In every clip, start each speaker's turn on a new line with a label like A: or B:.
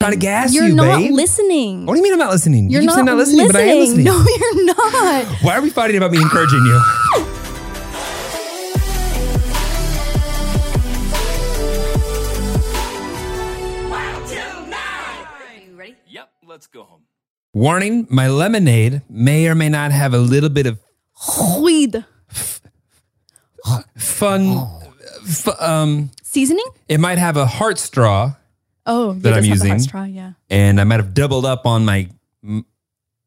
A: Trying to gas
B: You're
A: you,
B: not
A: babe.
B: listening.
A: What do you mean I'm not listening?
B: You're
A: you keep
B: not,
A: saying not listening, but I am listening.
B: No, you're not.
A: Why are we fighting about me encouraging you?
C: Yep, let's go home.
A: Warning, my lemonade may or may not have a little bit of
B: Weed
A: fun.
B: Oh.
A: F- um,
B: seasoning.
A: it might have a heart straw,
B: Oh, yeah,
A: That I'm
B: that's not the
A: using.
B: hot straw, yeah.
A: and I might have doubled up on my m-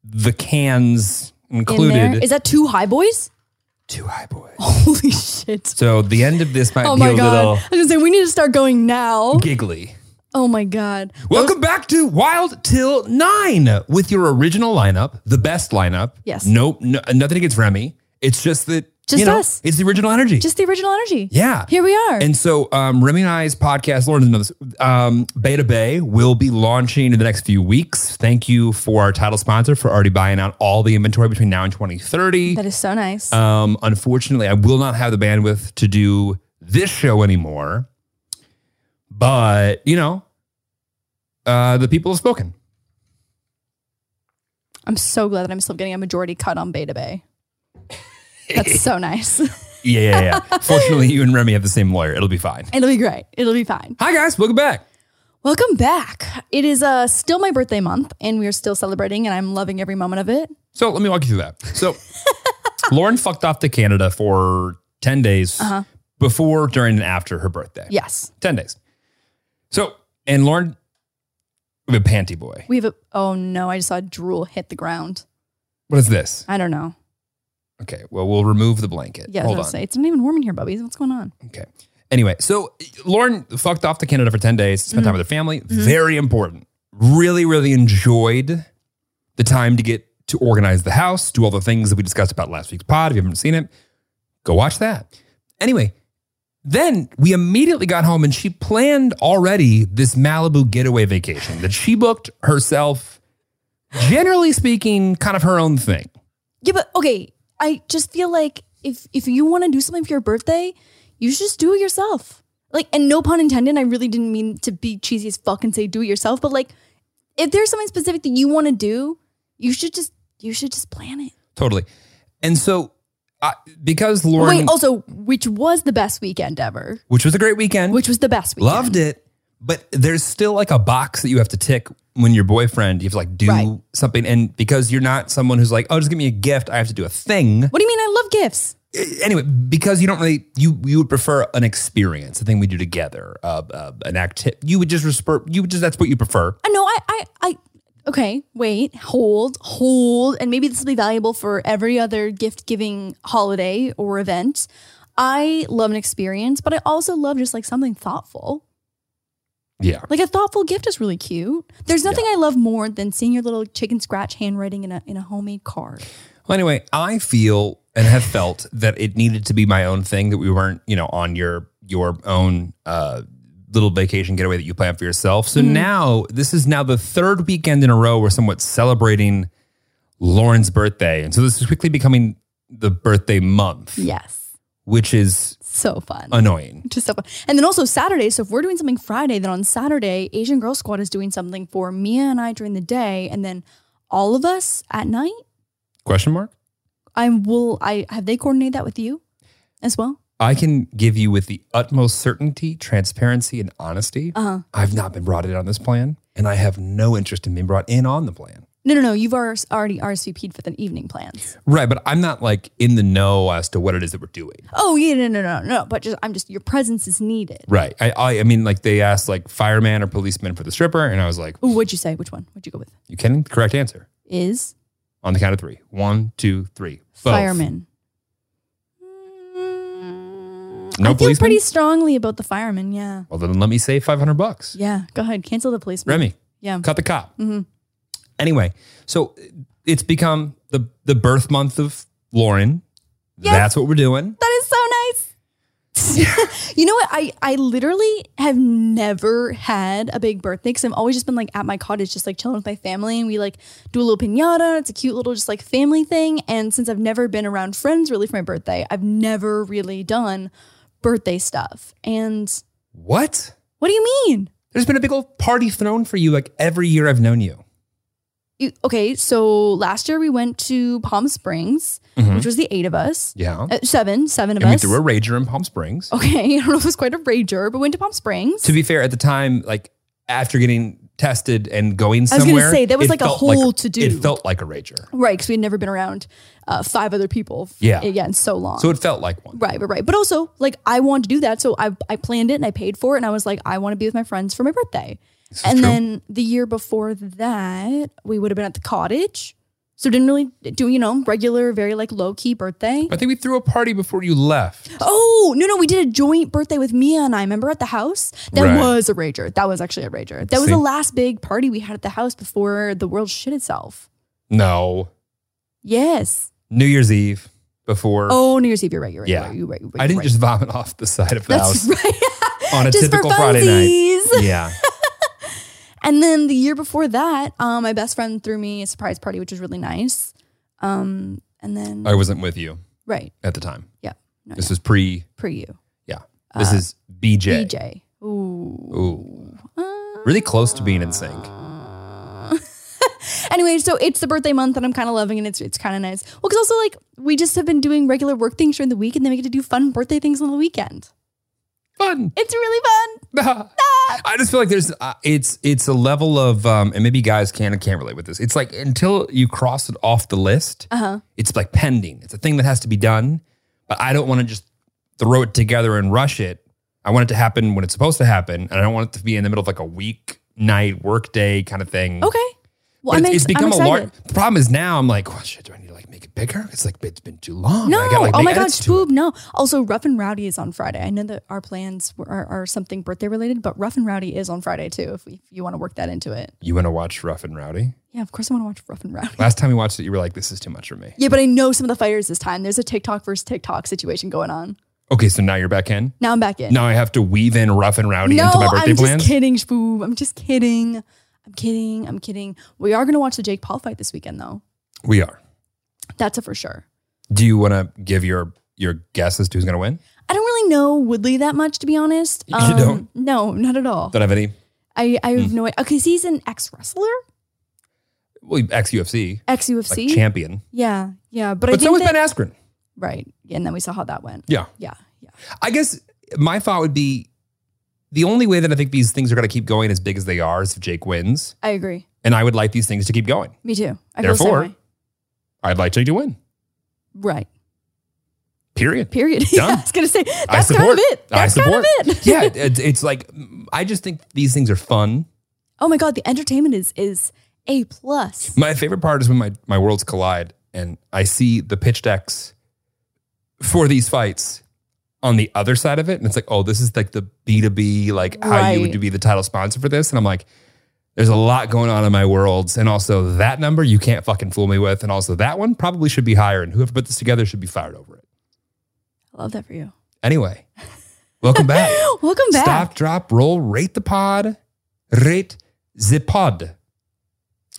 A: the cans
B: In there.
A: included.
B: Is that two high boys?
A: Two high boys.
B: Holy shit!
A: So the end of this might
B: Oh
A: be a
B: my god!
A: little
B: I was gonna say we need to start going now.
A: giggly.
B: Oh my god!
A: Welcome back to Wild Till Nine with your original lineup, the best lineup.
B: Yes.
A: Nope. No, nothing against Remy. It's just that.
B: Just
A: you know,
B: us.
A: It's the original energy.
B: Just the original energy.
A: yeah.
B: Here we are.
A: And so, um, Remy and I's podcast, Lauren doesn't know this, um, Beta Bay will be launching in the next few weeks. Thank you for our title sponsor for already buying out all the inventory between now and 2030.
B: that is so nice.
A: Um, unfortunately, I will not have the bandwidth to do this show anymore. But, you know, uh, the people have spoken.
B: I'm so glad that I'm still getting a majority cut on Beta Bay. That's so nice.
A: Yeah, yeah, yeah. Fortunately, you and Remy have the same lawyer. It'll be fine.
B: It'll be great. It'll be fine.
A: Hi, guys. Welcome back.
B: Welcome back. It is uh, still my birthday month, and we are still celebrating, and I'm loving every moment of it.
A: So let me walk you through that. So Lauren fucked off to Canada for 10 days
B: Uh-huh.
A: before, during, and after her birthday.
B: Yes,
A: 10 days. So, and Lauren, we have a panty boy.
B: we have a. Oh no! I just saw drool hit the ground.
A: What is this?
B: I don't know.
A: Okay. Well, we'll remove the blanket. Eh,
B: Yeah, I was
A: Hold
B: gonna
A: on.
B: say it's not even warm in here, Bubbies. What's going on?
A: Okay. Anyway, so Lauren fucked off to Canada for 10 days, spent
B: Mm-hmm.
A: time with her family. Very important. Really, really enjoyed the time to get to organize the house, do all the things that we discussed about last week's pod. If you haven't seen it, go watch that. Anyway, then we immediately got home and she planned already this Malibu getaway vacation that she booked herself, generally speaking, kind of her own thing.
B: Yeah, but okay. I just feel like if if you want to do something for your birthday, you should just do it yourself. Like, and no pun intended. I really didn't mean to be cheesy as fuck and say do it yourself, but like, if there's something specific that you want to do, you should just you should just plan it.
A: Totally. And so, I, because Lauren,
B: Wait, also, which was the best weekend ever?
A: which was a great weekend,
B: Which was the best weekend?
A: Loved it. But there's still like a box that you have to tick when your boyfriend, you have to like do
B: Right.
A: something. And because you're not someone who's like, oh, just give me a gift, I have to do a thing.
B: What do you mean? I love gifts.
A: Anyway, because you don't really, you you would prefer an experience, a thing we do together, uh, uh, an act. You would just resper, you would just, that's what you prefer.
B: I know. Uh, I, I, I, okay, wait, hold, hold. And maybe this will be valuable for every other gift giving holiday or event. I love an experience, but I also love just like something thoughtful.
A: Yeah.
B: Like a thoughtful gift is really cute. There's nothing I love more than seeing your little chicken scratch handwriting in a in a homemade card.
A: Well, anyway, I feel and have felt that it needed to be my own thing that we weren't, you know, on your your own uh, little vacation getaway that you plan for yourself. So now this is now the third weekend in a row we're somewhat celebrating Lauren's birthday, and so this is quickly becoming the birthday month,
B: Yes,
A: which is
B: so fun.
A: annoying.
B: Just so fun. And then also Saturday. So if we're doing something Friday, then on Saturday, Asian Girl Squad is doing something for Mia and I during the day, and then all of us at night.
A: Question mark.
B: I will. I have they coordinated that with you as well.
A: I can give you with the utmost certainty, transparency, and honesty.
B: Uh huh.
A: I've not been brought in on this plan, and I have no interest in being brought in on the plan.
B: No, no, no. You've ar- already RSVP'd for the evening plans.
A: Right, but I'm not like in the know as to what it is that we're doing.
B: Oh yeah, no, no, no, no. But just I'm just your presence is needed.
A: Right. I I, I mean, like they asked like fireman or policeman for the stripper, and I was like,
B: Ooh, what'd you say? Which one? What'd you go with?
A: "You kidding? Correct answer
B: Is
A: on the count of three. One, two, three. Both.
B: fireman. Mm,
A: No
B: I feel
A: policeman?
B: pretty strongly about the fireman. Yeah,
A: Well, then let me save five hundred bucks.
B: yeah. Go ahead, cancel the policeman.
A: Remy,
B: Yeah.
A: cut the cop.
B: Mhm.
A: Anyway, so it's become the the birth month of Lauren.
B: Yes.
A: That's what we're doing.
B: That is so nice. you know what? I, I literally have never had a big birthday because I've always just been like at my cottage, just like chilling with my family. And we like do a little pinata. It's a cute little just like family thing. And since I've never been around friends really for my birthday, I've never really done birthday stuff. And
A: What?
B: what do you mean?
A: There's been a big old party thrown for you like every year I've known you.
B: You- okay, so last year we went to Palm Springs, which was the eight of us,
A: Yeah.
B: uh, seven, seven of
A: Mm-hmm. And we
B: us.
A: threw a rager in Palm Springs.
B: okay, I don't know if it was quite a rager, but went to Palm Springs.
A: To be fair, at the time, like after getting tested and going
B: I was
A: somewhere,
B: gonna say, that was
A: it
B: like a
A: felt
B: whole to-do.
A: It felt like a rager,
B: Right, because we had never been around uh, five other people. f-
A: Yeah.
B: yeah, in so long.
A: so it felt like one.
B: right, right, right. But also, like, I wanted to do that, so I I planned it and I paid for it, and I was like, I want to be with my friends for my birthday.
A: is
B: And
A: true.
B: then the year before that, we would have been at the cottage, so didn't really do you know regular, very like low key birthday.
A: I think we threw a party before you left.
B: Oh no, no, we did a joint birthday with Mia and I. Remember at the house? That
A: Right.
B: was a rager. That was actually a rager. That was
A: See?
B: the last big party we had at the house before the world shit itself.
A: No,
B: Yes.
A: New Year's Eve before.
B: Oh, New Year's Eve. You're right. You're right.
A: Yeah.
B: You're right, you're right, you're right,
A: I didn't
B: you're
A: just
B: right.
A: vomit off the side of the
B: That's
A: house
B: right.
A: on a
B: just
A: typical
B: for
A: Friday night.
B: funsies.
A: Yeah,
B: And then the year before that, um, my best friend threw me a surprise party, which was really nice. Um, and then
A: I wasn't with you
B: right,
A: at the time.
B: yeah, no,
A: This is pre.
B: per you,
A: Yeah, this is BJ.
B: BJ. Ooh. Uh,
A: Ooh, really close to being in sync.
B: Anyway, so it's the birthday month and I'm kind of loving it. It's it's kind of nice. Well, because also like we just have been doing regular work things during the week and then we get to do fun birthday things on the weekend.
A: Fun.
B: It's really fun.
A: I just feel like there's uh, it's it's a level of um, and maybe guys can and can't relate with this. It's like until you cross it off the list,
B: Uh-huh.
A: it's like pending. It's a thing that has to be done, but I don't want to just throw it together and rush it. I want it to happen when it's supposed to happen, and I don't want it to be in the middle of like a week night work day kind of thing.
B: Okay. Well,
A: But
B: I'm
A: it's, it's
B: ex- I'm
A: become a large
B: excited.
A: the problem is now I'm like, well, shit, do I need to like make it bigger? It's like it's been too long.
B: No.
A: I gotta, like,
B: oh
A: make
B: my God,
A: edits to it.
B: Spoob. No. Also, Rough and Rowdy is on Friday. I know that our plans were, are, are something birthday related, but Rough and Rowdy is on Friday too, if, we, if you want to work that into it.
A: You want to watch Rough and Rowdy?
B: Yeah, of course I want to watch Rough and Rowdy.
A: Last time we watched it, you were like, this is too much for me.
B: Yeah, but I know some of the fighters this time. There's a TikTok versus TikTok situation going on.
A: Okay, so now you're back in.
B: Now I'm back in.
A: Now I have to weave in rough and rowdy into my birthday
B: I'm
A: plans.
B: just kidding, Spoob. I'm just kidding. I'm kidding. I'm kidding. We are going to watch the Jake Paul fight this weekend, though.
A: We are.
B: That's a for sure.
A: Do you want to give your your guess as to who's going to win?
B: I don't really know Woodley that much, to be honest. Um,
A: You don't?
B: No, not at all.
A: Don't Hmm. have any.
B: I, I have no idea. Because he's an ex wrestler,
A: Well, ex UFC,
B: ex
A: like
B: UFC.
A: champion,
B: yeah, yeah. But, I
A: but so
B: think
A: is
B: that,
A: Ben Askren.
B: right. Yeah, and then we saw how that went.
A: Yeah,
B: Yeah, yeah.
A: I guess my thought would be the only way that I think these things are going to keep going as big as they are is if Jake wins,
B: I agree.
A: and I would like these things to keep going.
B: Me too. I feel the same
A: Therefore,
B: way.
A: I'd like Jake to win.
B: right.
A: Period.
B: Period. Yeah,
A: Done.
B: I was gonna say
A: I
B: that's kind
A: support
B: of it.
A: I
B: That's
A: support.
B: kind of it.
A: yeah, it's, it's like I just think these things are fun.
B: Oh my god, the entertainment is is a plus.
A: My favorite part is when my, my worlds collide and I see the pitch decks for these fights on the other side of it. And it's like, oh, this is like the B2B, like how you
B: Right.
A: would be the title sponsor for this. And I'm like, there's a lot going on in my worlds. And also that number you can't fucking fool me with. And also that one probably should be higher. And whoever put this together should be fired over it.
B: I love that for you.
A: Anyway, welcome back.
B: Welcome back.
A: Stop, drop, roll, rate the pod, rate the pod.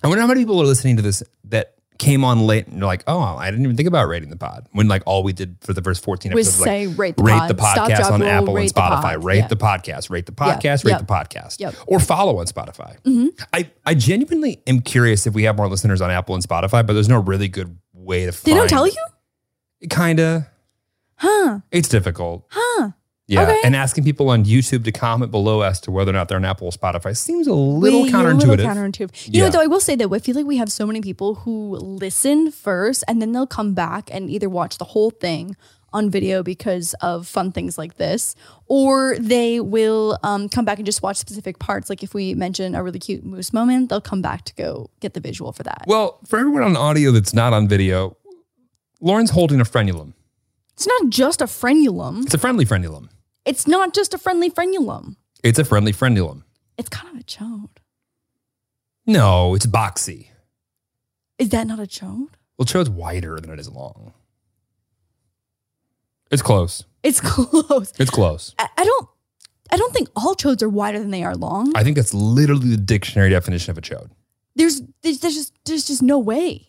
A: I wonder how many people are listening to this that came on late and they're like, oh, I didn't even think about rating the pod. When like all we did for the first 14
B: We
A: episodes was like,
B: say rate the
A: rate
B: pod,
A: the
B: stop,
A: podcast
B: drop,
A: on
B: roll,
A: Apple and
B: rate the
A: Spotify,
B: pod.
A: rate
B: Yeah.
A: the podcast, rate the
B: Yeah,
A: podcast, rate
B: yep.
A: the podcast,
B: Yep. Mm-hmm.
A: or follow on Spotify. I, I genuinely am curious if we have more listeners on Apple and Spotify, but there's no really good way to
B: They
A: find
B: don't tell you?
A: Kinda.
B: Huh.
A: It's difficult.
B: Huh.
A: Yeah,
B: Okay.
A: and asking people on YouTube to comment below as to whether or not they're on Apple or Spotify seems a little
B: Way- you're
A: counterintuitive.
B: A little counterintuitive. You know
A: Yeah.
B: what, though, I will say though, I feel like we have so many people who listen first and then they'll come back and either watch the whole thing on video because of fun things like this, or they will um, come back and just watch specific parts. Like if we mention a really cute moose moment, they'll come back to go get the visual for that.
A: Well, for everyone on audio that's not on video, Lauren's holding a frenulum.
B: It's not just a frenulum.
A: It's a friendly frenulum.
B: It's not just a friendly frenulum.
A: It's a friendly frenulum.
B: It's kind of a chode.
A: No, it's boxy.
B: Is that not a chode?
A: Well, chode's wider than it is long. It's close.
B: It's close.
A: It's close.
B: I, I don't. I don't think all chodes are wider than they are long.
A: I think that's literally the dictionary definition of a chode.
B: There's, there's, there's just, there's just no way.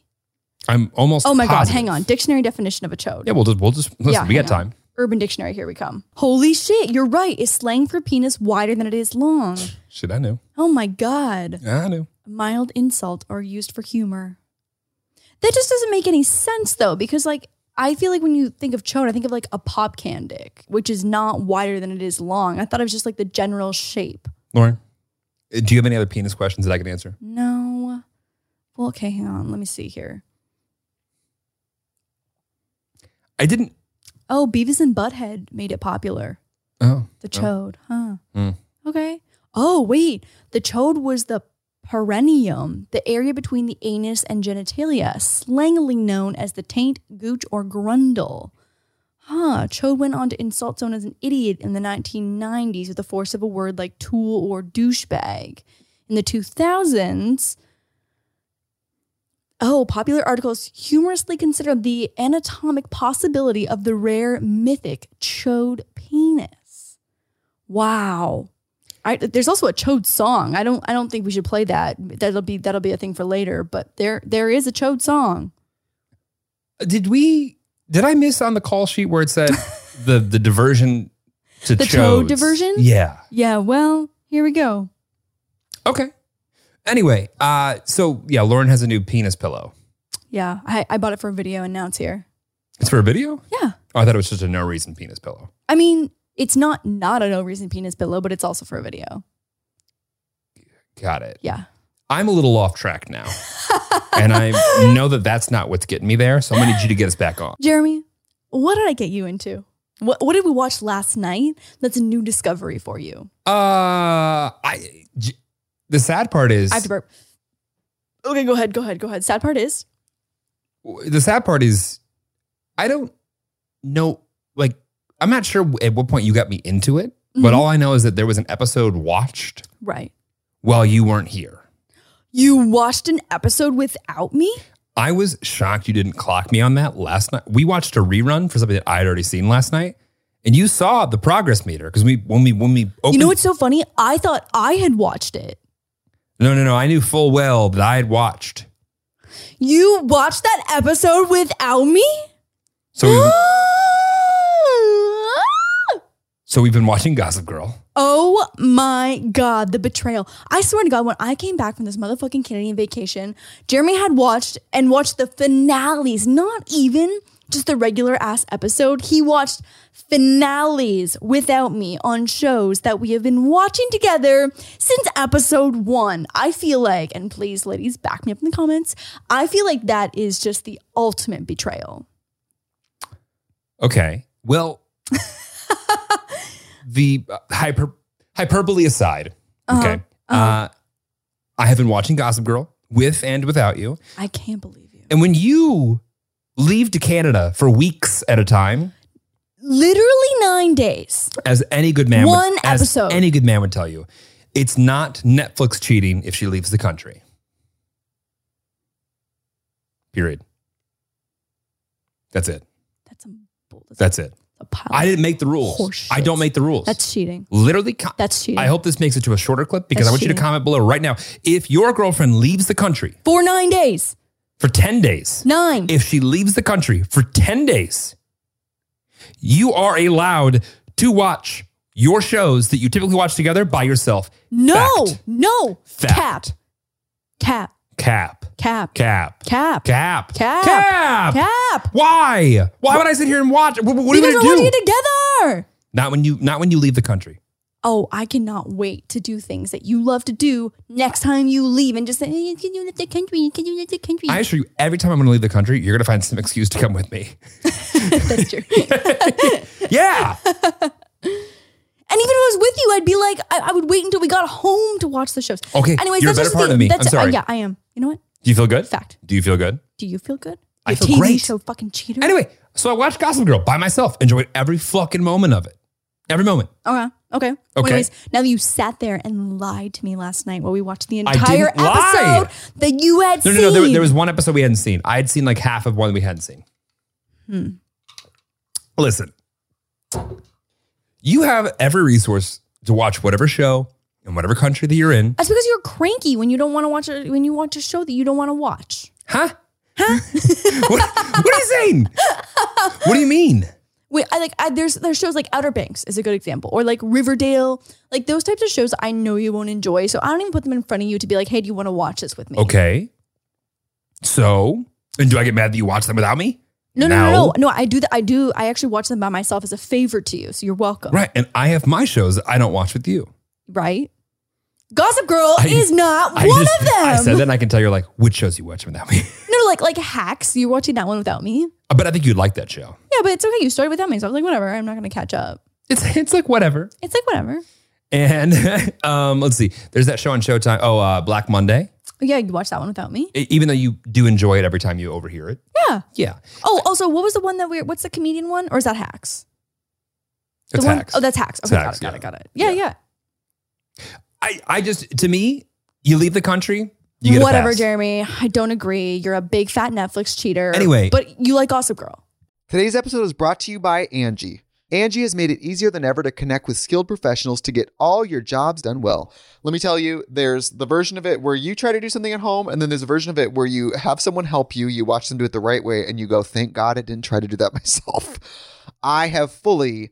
A: I'm almost.
B: Oh my god!
A: positive.
B: Hang on. Dictionary definition of a chode.
A: Yeah, we'll just we'll just listen.
B: Yeah,
A: we got
B: hang on.
A: time.
B: Urban Dictionary, here we come. Holy shit, you're right. Is slang for penis wider than it is long?
A: Shit, I knew.
B: Oh my god.
A: I knew.
B: Mild insult are used for humor. That just doesn't make any sense though, because like I feel like when you think of chode, I think of like a pop can dick, which is not wider than it is long. I thought it was just like the general shape.
A: Lauren, uh, do you have any other penis questions that I can answer?
B: No. Well, okay, hang on. Let me see here.
A: I didn't.
B: Oh, Beavis and Butthead made it popular.
A: Oh.
B: The chode, huh?
A: Hmm.
B: Okay. Oh, wait. The chode was the perineum, the area between the anus and genitalia, slangily known as the taint, gooch, or grundle. Huh. Chode went on to insult someone as an idiot in the 1990s with the force of a word like tool or douchebag. In the 2000s, Oh, popular articles humorously consider the anatomic possibility of the rare mythic chode penis. Wow. I, there's also a chode song. I don't I don't think we should play that. That'll be that'll be a thing for later, but there there is a chode song.
A: Did we? Did I miss on the call sheet where it said the the diversion to
B: The toad
A: chodes?
B: diversion?
A: Yeah.
B: Yeah, well, here we go.
A: Okay. Anyway, uh, so yeah, Lauren has a new penis pillow.
B: Yeah, I, I bought it for a video and now it's here.
A: It's for a video.
B: Yeah.
A: Oh, I thought it was just a no reason penis pillow.
B: I mean, it's not not a no reason penis pillow, but it's also for a video.
A: Got it.
B: Yeah.
A: I'm a little off track now, and I know that that's not what's getting me there. So I'm gonna need you to get us back on.
B: Jeremy, what did I get you into? What what did we watch last night? That's a new discovery for you.
A: Uh, I. J- the sad part is
B: I have to burp. Okay, go ahead, go ahead, go ahead. Sad part is
A: the sad part is I don't know like I'm not sure at what point you got me into it, but
B: Mhm.
A: all I know is that there was an episode watched
B: right.
A: while you weren't here.
B: You watched an episode without me?
A: I was shocked you didn't clock me on that last night. We watched a rerun for something that I had already seen last night, and you saw the progress meter because we when we when we opened
B: You know what's so funny? I thought I had watched it.
A: no no no I knew full well that I had watched
B: You watched that episode without me?
A: so we, so we've been watching Gossip Girl.
B: Oh my God, the betrayal. I swear to God, when I came back from this motherfucking Canadian vacation, Jeremy had watched and watched the finales, not even just the regular ass episode. He watched finales without me on shows that we have been watching together since episode one. I feel like, and please, ladies, back me up in the comments, I feel like that is just the ultimate betrayal.
A: Okay. Well, the uh, hyper hyperbole aside,
B: Uh-huh.
A: okay. uh I have been watching Gossip Girl with and without you,
B: I can't believe you.
A: and when you leave to Canada for weeks at a time,
B: Literally nine days.
A: as any good man,
B: One
A: would, as
B: episode.
A: any good man would tell you, it's not Netflix cheating if she leaves the country. Period. That's it.
B: That's a bull. That's,
A: That's it.
B: a pile.
A: I didn't make the rules.
B: Horseshit.
A: I don't make the rules.
B: Oh, That's cheating.
A: literally. co-
B: That's cheating.
A: I hope this makes it to a shorter clip because
B: That's
A: I want you to
B: cheating.
A: comment below right now. If your girlfriend leaves the country
B: for nine days.
A: for 10 days,
B: Nine.
A: if she leaves the country for 10 days, you are allowed to watch your shows that you typically watch together by yourself.
B: no.
A: Fact.
B: No.
A: Fact.
B: Cap. Cap.
A: Cap.
B: Cap.
A: Cap.
B: Cap.
A: Cap.
B: Cap.
A: Cap.
B: Cap.
A: Why? Why would I sit here and watch? What, what are you
B: because
A: going to
B: we're
A: do?
B: watching it together.
A: Not when you not when you leave the country.
B: Oh, I cannot wait to do things that you love to do next time you leave and just say, "Hey, can you leave the country? Can you leave the country?
A: I assure you, every time I'm going to leave the country, you're going to find some excuse to come with me.
B: That's true. and
A: Yeah.
B: even if I was with you, I'd be like, I, I would wait until we got home to watch the shows.
A: Okay,
B: Anyways,
A: you're a
B: that's
A: better
B: just the
A: part
B: thing.
A: of me. I'm
B: That's, uh,
A: sorry.
B: yeah, I am. You know what?
A: Do you feel good?
B: Fact.
A: Do you feel good?
B: Do you feel good?
A: I
B: You
A: feel
B: TV
A: great.
B: show fucking cheater.
A: Anyway, so I watched Gossip Girl by myself, enjoyed every fucking moment of it. Every moment.
B: Okay. Okay. Okay.
A: Okay.
B: Anyways, now that you sat there and lied to me last night while we watched the
A: didn't
B: entire episode
A: lie.
B: that you had
A: No, no,
B: seen.
A: no. There, there was one episode we hadn't seen. I had seen like half of one we hadn't seen. Listen, you have every resource to watch whatever show in whatever country that you're in.
B: That's because you're cranky when you don't want to watch a, when you watch a show that you don't want to watch.
A: Huh? Huh? what, what are you saying? what do you mean?
B: Wait, I like I, there's there's shows like Outer Banks is a good example, or like Riverdale, like those types of shows I know you won't enjoy. So I don't even put them in front of you to be like, hey, do you want to watch this with me?
A: Okay. So, and do I get mad that you watch them without me?
B: No, no, no,
A: No.
B: no, no. I do that. I do. I actually watch them by myself as a favor to you. So you're welcome.
A: Right. And I have my shows that I don't watch with you.
B: Right? Gossip Girl
A: I-
B: is not
A: I
B: one
A: just-
B: of them.
A: I said that and I can tell you're like, which shows you watch without me?
B: No, like like Hacks. You're watching that one without me.
A: but I think you'd like that show.
B: Yeah, but it's okay. You started without me, so I was like, whatever. I'm not gonna catch up.
A: It's, it's like whatever.
B: It's like whatever.
A: And um, let's see. There's that show on Showtime. Oh, uh, Black Monday.
B: But yeah, you watched that one without me.
A: E- even though you do enjoy it every time you overhear it.
B: Yeah.
A: Yeah.
B: Oh, also, what was the one that we? What's the comedian one, or is that Hacks? The
A: It's
B: one-
A: hacks.
B: Oh, that's Hacks.
A: It's
B: Okay,
A: Hacks,
B: got
A: yeah.
B: it, got it, got it. Yeah, yeah.
A: I, I just, to me, you leave the country, you get a
B: whatever,
A: pass.
B: Jeremy. I don't agree. You're a big fat Netflix cheater.
A: Anyway.
B: but you like Gossip Girl.
D: Today's episode is brought to you by Angie. Angie has made it easier than ever to connect with skilled professionals to get all your jobs done well. Let me tell you, there's the version of it where you try to do something at home, and then there's a version of it where you have someone help you, you watch them do it the right way, and you go, thank God I didn't try to do that myself. I have fully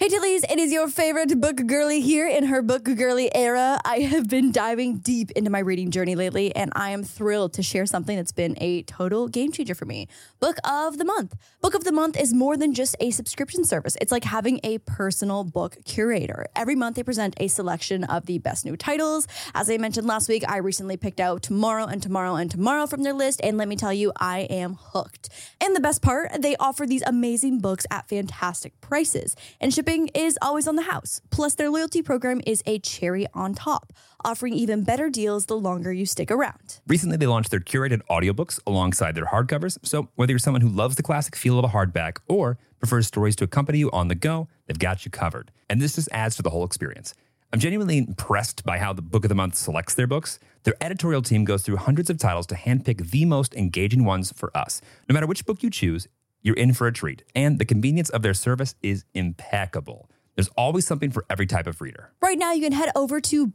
B: Hey Tillies, it is your favorite book girly here in her book girly era. I have been diving deep into my reading journey lately, and I am thrilled to share something that's been a total game changer for me. Book of the Month. Book of the Month is more than just a subscription service, it's like having a personal book curator. Every month, they present a selection of the best new titles. As I mentioned last week, I recently picked out Tomorrow and Tomorrow and Tomorrow from their list, and let me tell you, I am hooked. And the best part, they offer these amazing books at fantastic prices, and shipping is always on the house. Plus, their loyalty program is a cherry on top, offering even better deals the longer you stick around.
A: Recently, they launched their curated audiobooks alongside their hardcovers. So, whether you're someone who loves the classic feel of a hardback or prefers stories to accompany you on the go, they've got you covered. And this just adds to the whole experience. I'm genuinely impressed by how the Book of the Month selects their books. Their editorial team goes through hundreds of titles to handpick the most engaging ones for us. No matter which book you choose, you're in for a treat. And the convenience of their service is impeccable. There's always something for every type of reader.
B: Right now, you can head over to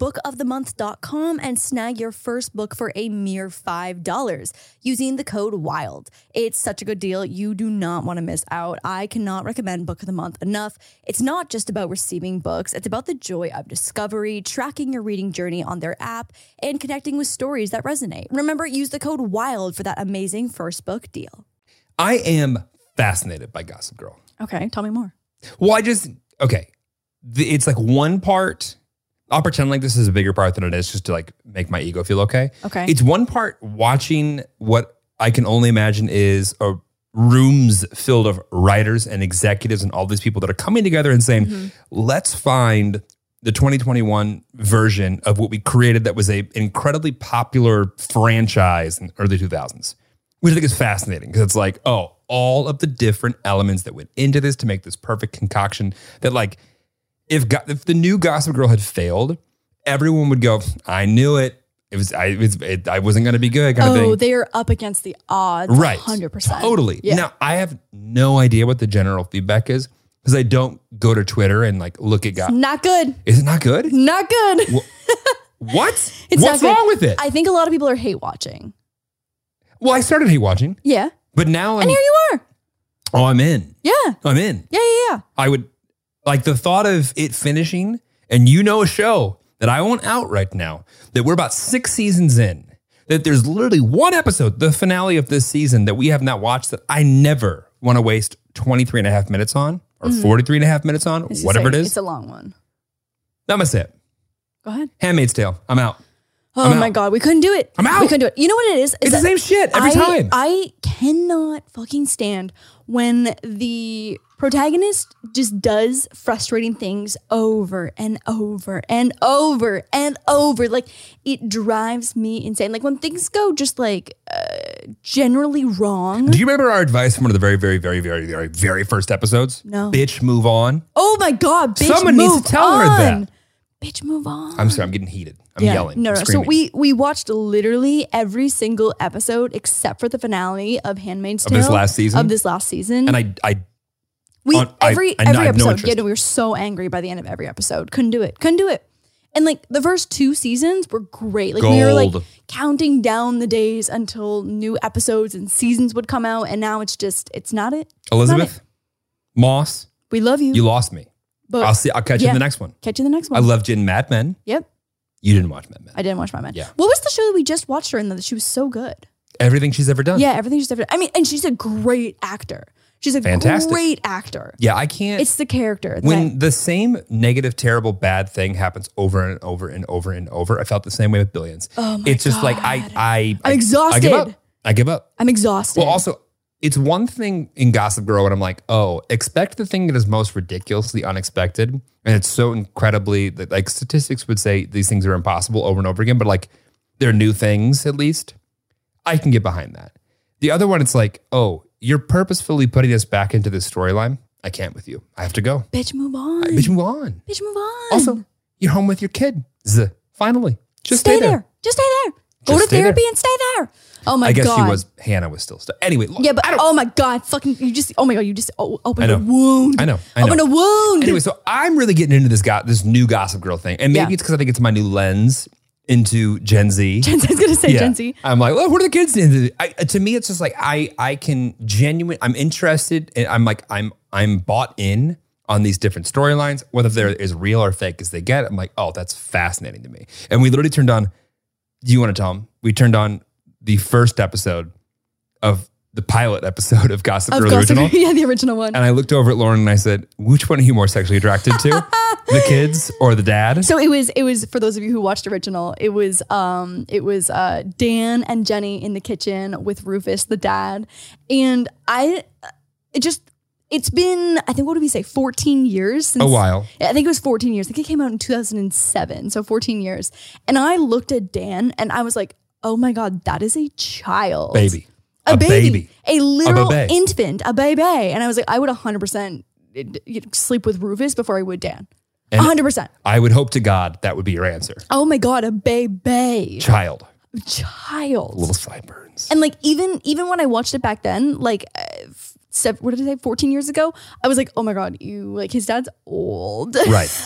B: bookofthemonth.com and snag your first book for a mere $5 using the code WILD. It's such a good deal. You do not want to miss out. I cannot recommend Book of the Month enough. It's not just about receiving books, it's about the joy of discovery, tracking your reading journey on their app, and connecting with stories that resonate. Remember, use the code WILD for that amazing first book deal.
A: I am fascinated by Gossip Girl.
B: Okay, tell me more.
A: Well, I just okay. The, it's like one part. I'll pretend like this is a bigger part than it is, just to like make my ego feel okay.
B: Okay.
A: It's one part watching what I can only imagine is a rooms filled of writers and executives and all these people that are coming together and saying, "Let's find the 2021 version of what we created that was a incredibly popular franchise in the early 2000s." which I think is fascinating because it's like, oh, all of the different elements that went into this to make this perfect concoction that, like, if go- if the new Gossip Girl had failed, everyone would go, I knew it. It was I it was it, I wasn't going to be good kind of
B: Oh,
A: thing.
B: they are up against the odds.
A: Right.
B: 100%.
A: Totally.
B: Yeah.
A: Now, I have no idea what the general feedback is because I don't go to Twitter and like look at God.
B: Not good.
A: Is it not good?
B: Not good.
A: What?
B: It's
A: What's
B: not good.
A: wrong with it?
B: I think a lot of people are hate watching.
A: well, I started hate watching,
B: Yeah.
A: but now I'm
B: And here you are.
A: oh, I'm in.
B: Yeah.
A: I'm in.
B: Yeah, yeah, yeah.
A: I would Like the thought of it finishing, and you know a show that I want out right now, that we're about six seasons in, that there's literally one episode, the finale of this season, that we have not watched that I never want to waste 23 and a half minutes on or 43 and a half minutes on,
B: Mm. It's just
A: whatever
B: like-
A: it
B: It's
A: is.
B: a long one.
A: that must it.
B: Go ahead.
A: Handmaid's Tale. I'm out.
B: Oh
A: I'm
B: my
A: out.
B: God. We couldn't do it.
A: I'm out.
B: We couldn't do it. You know what it is? Is
A: It's the
B: that-
A: same shit every
B: I, um,
A: time.
B: I cannot fucking stand when the protagonist just does frustrating things over and over and over and over. Like it drives me insane. Like when things go just like uh, generally wrong.
A: Do you remember our advice from one of the very, very, very, very, very, very first episodes?
B: No.
A: Bitch, move on.
B: oh my god, bitch!
A: Someone needs to
B: move
A: tell her that.
B: on. Bitch, move on.
A: I'm sorry, I'm getting heated. I'm yelling.
B: No,
A: I'm
B: no. So
A: screaming.
B: we we watched literally every single episode except for the finale of Handmaid's
A: Of
B: Tale
A: this last season?
B: Of this last season,
A: and I, I
B: we
A: on- I-
B: every
A: I- I
B: every
A: have no
B: episode.
A: interest.
B: yeah, no, we were so angry by the end of every episode. Couldn't do it. Couldn't do it. And like the first two seasons were great. Like we were like
A: Gold.
B: counting down the days until new episodes and seasons would come out, and now it's just it's not it. It's not
A: Elizabeth
B: it.
A: Moss,
B: we love you.
A: you lost me.
B: but
A: I'll see. I'll catch you
B: yeah.
A: in the next one.
B: catch you in the next
A: I
B: one.
A: loved you in Mad Men.
B: yep,
A: You didn't watch Mad Men.
B: I didn't watch my man.
A: Yeah.
B: What was the show that we just watched her in that she was so good?
A: Everything she's ever done.
B: Yeah, everything she's different. I mean, and she's a great actor. She's a
A: Fantastic.
B: great actor.
A: Yeah, I can't.
B: It's the character. that-
A: when the same negative, terrible, bad thing happens over and over and over and over, I felt the same way with Billions.
B: Oh my
A: it's just like
B: God.
A: I, I, I,
B: I'm
A: I give
B: exhausted.
A: up. I give up.
B: I'm exhausted.
A: Well, also, it's one thing in Gossip Girl when I'm like, oh, expect the thing that is most ridiculously unexpected. And it's so incredibly, that, like, statistics would say these things are impossible over and over again, but like, they're new things at least. I can get behind that. The other one, it's like, oh, you're purposefully putting us back into this storyline. I can't with you. I have to go.
B: bitch, move on.
A: Bitch, move on.
B: Bitch, move on.
A: Also, you're home with your kid. Z. Finally, just
B: stay,
A: stay,
B: there. Just stay there. Go
A: Just
B: to
A: stay
B: therapy
A: there.
B: and stay there. Oh my
A: I guess
B: god.
A: she was, Hannah was still stuck. Anyway, look,
B: Yeah, but
A: I don't,
B: oh my god, fucking! You just oh my god, you just o- opened
A: I
B: a
A: know.
B: wound.
A: I know, I know.
B: Opened a wound.
A: Anyway, so I'm really getting into this go- this new Gossip Girl thing, and maybe
B: Yeah.
A: it's because I think it's my new lens into Gen Z.
B: Gen Z's gonna say
A: Yeah.
B: Gen Z.
A: I'm like, well, what are the kids into? I, uh, to me, it's just like I I can genuine. I'm interested, and I'm like I'm I'm bought in on these different storylines, whether they're as real or fake as they get. I'm like, oh, that's fascinating to me. And we literally turned on. Do you want to tell them? We turned on the first episode of the pilot episode of Gossip
B: Of
A: Girl the
B: course,
A: original.
B: yeah, the original one.
A: And I looked over at Lauren and I said, which one are you more sexually attracted to? the kids or the dad?
B: So it was it was for those of you who watched original, it was um it was uh Dan and Jenny in the kitchen with Rufus the dad. And I it just it's been I think what do we say 14 years since
A: a while.
B: I think it was 14 years. I think it came out in 2007, so 14 years. And I looked at Dan and I was like, "Oh my god, that is a child."
A: Baby.
B: A, baby. A literal
A: baby.
B: infant, a baby. And I was like, I would 100% you know, eh, sleep with Rufus before I would Dan.
A: And-
B: 100%.
A: I would hope to God that would be your answer.
B: Oh my god, a baby
A: Child. Little
B: child.
A: sideburns.
B: And like even even when I watched it back then, like uh, f- sev- what did I say, fourteen years ago, I was like, oh my god, you like his dad's old,
A: right.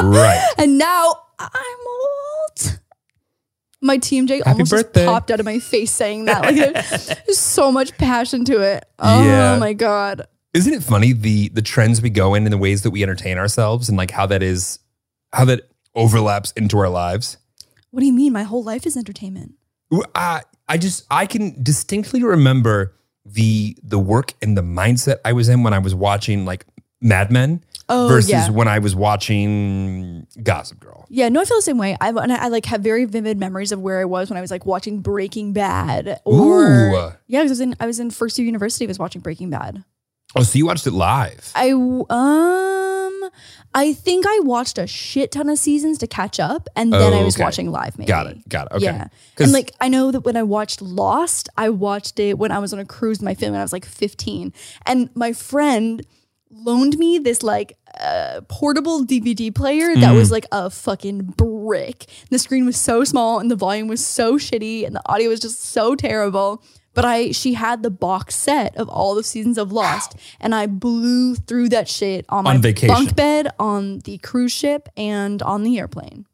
A: right.
B: and now I'm old. My TMJ almost
A: birthday.
B: just popped out of my face saying that. Like there- there's so much passion to it. Oh
A: Yeah.
B: my god.
A: Isn't it funny the the trends we go in and the ways that we entertain ourselves and like how that is how that overlaps into our lives?
B: What do you mean? My whole life is entertainment.
A: I, I just I can distinctly remember the the work and the mindset I was in when I was watching like Mad Men
B: Oh
A: versus
B: yeah.
A: when I was watching Gossip Girl.
B: Yeah, no, I feel the same way. I've and I, I like have very vivid memories of where I was when I was like watching Breaking Bad. Or
A: Ooh.
B: yeah, 'cause I was in I was in first year university. was watching Breaking Bad.
A: Oh, so you watched it live?
B: I w- um I think I watched a shit ton of seasons to catch up, and then I was
A: Oh, Okay.
B: watching live. Maybe
A: Got it. Got it. Okay.
B: Yeah,
A: 'Cause-
B: and like I know that when I watched Lost, I watched it when I was on a cruise with my family. When I was like 15, and my friend loaned me this like uh, portable DVD player
A: Mm-hmm.
B: that was like a fucking brick. The screen was so small, and the volume was so shitty, and the audio was just so terrible. But I, she had the box set of all the seasons of Lost, and I blew through that shit on my
A: On vacation.
B: bunk bed, on the cruise ship, and on the airplane.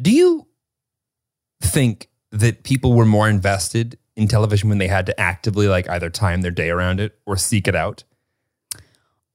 A: Do you think that people were more invested in television when they had to actively like either time their day around it or seek it out?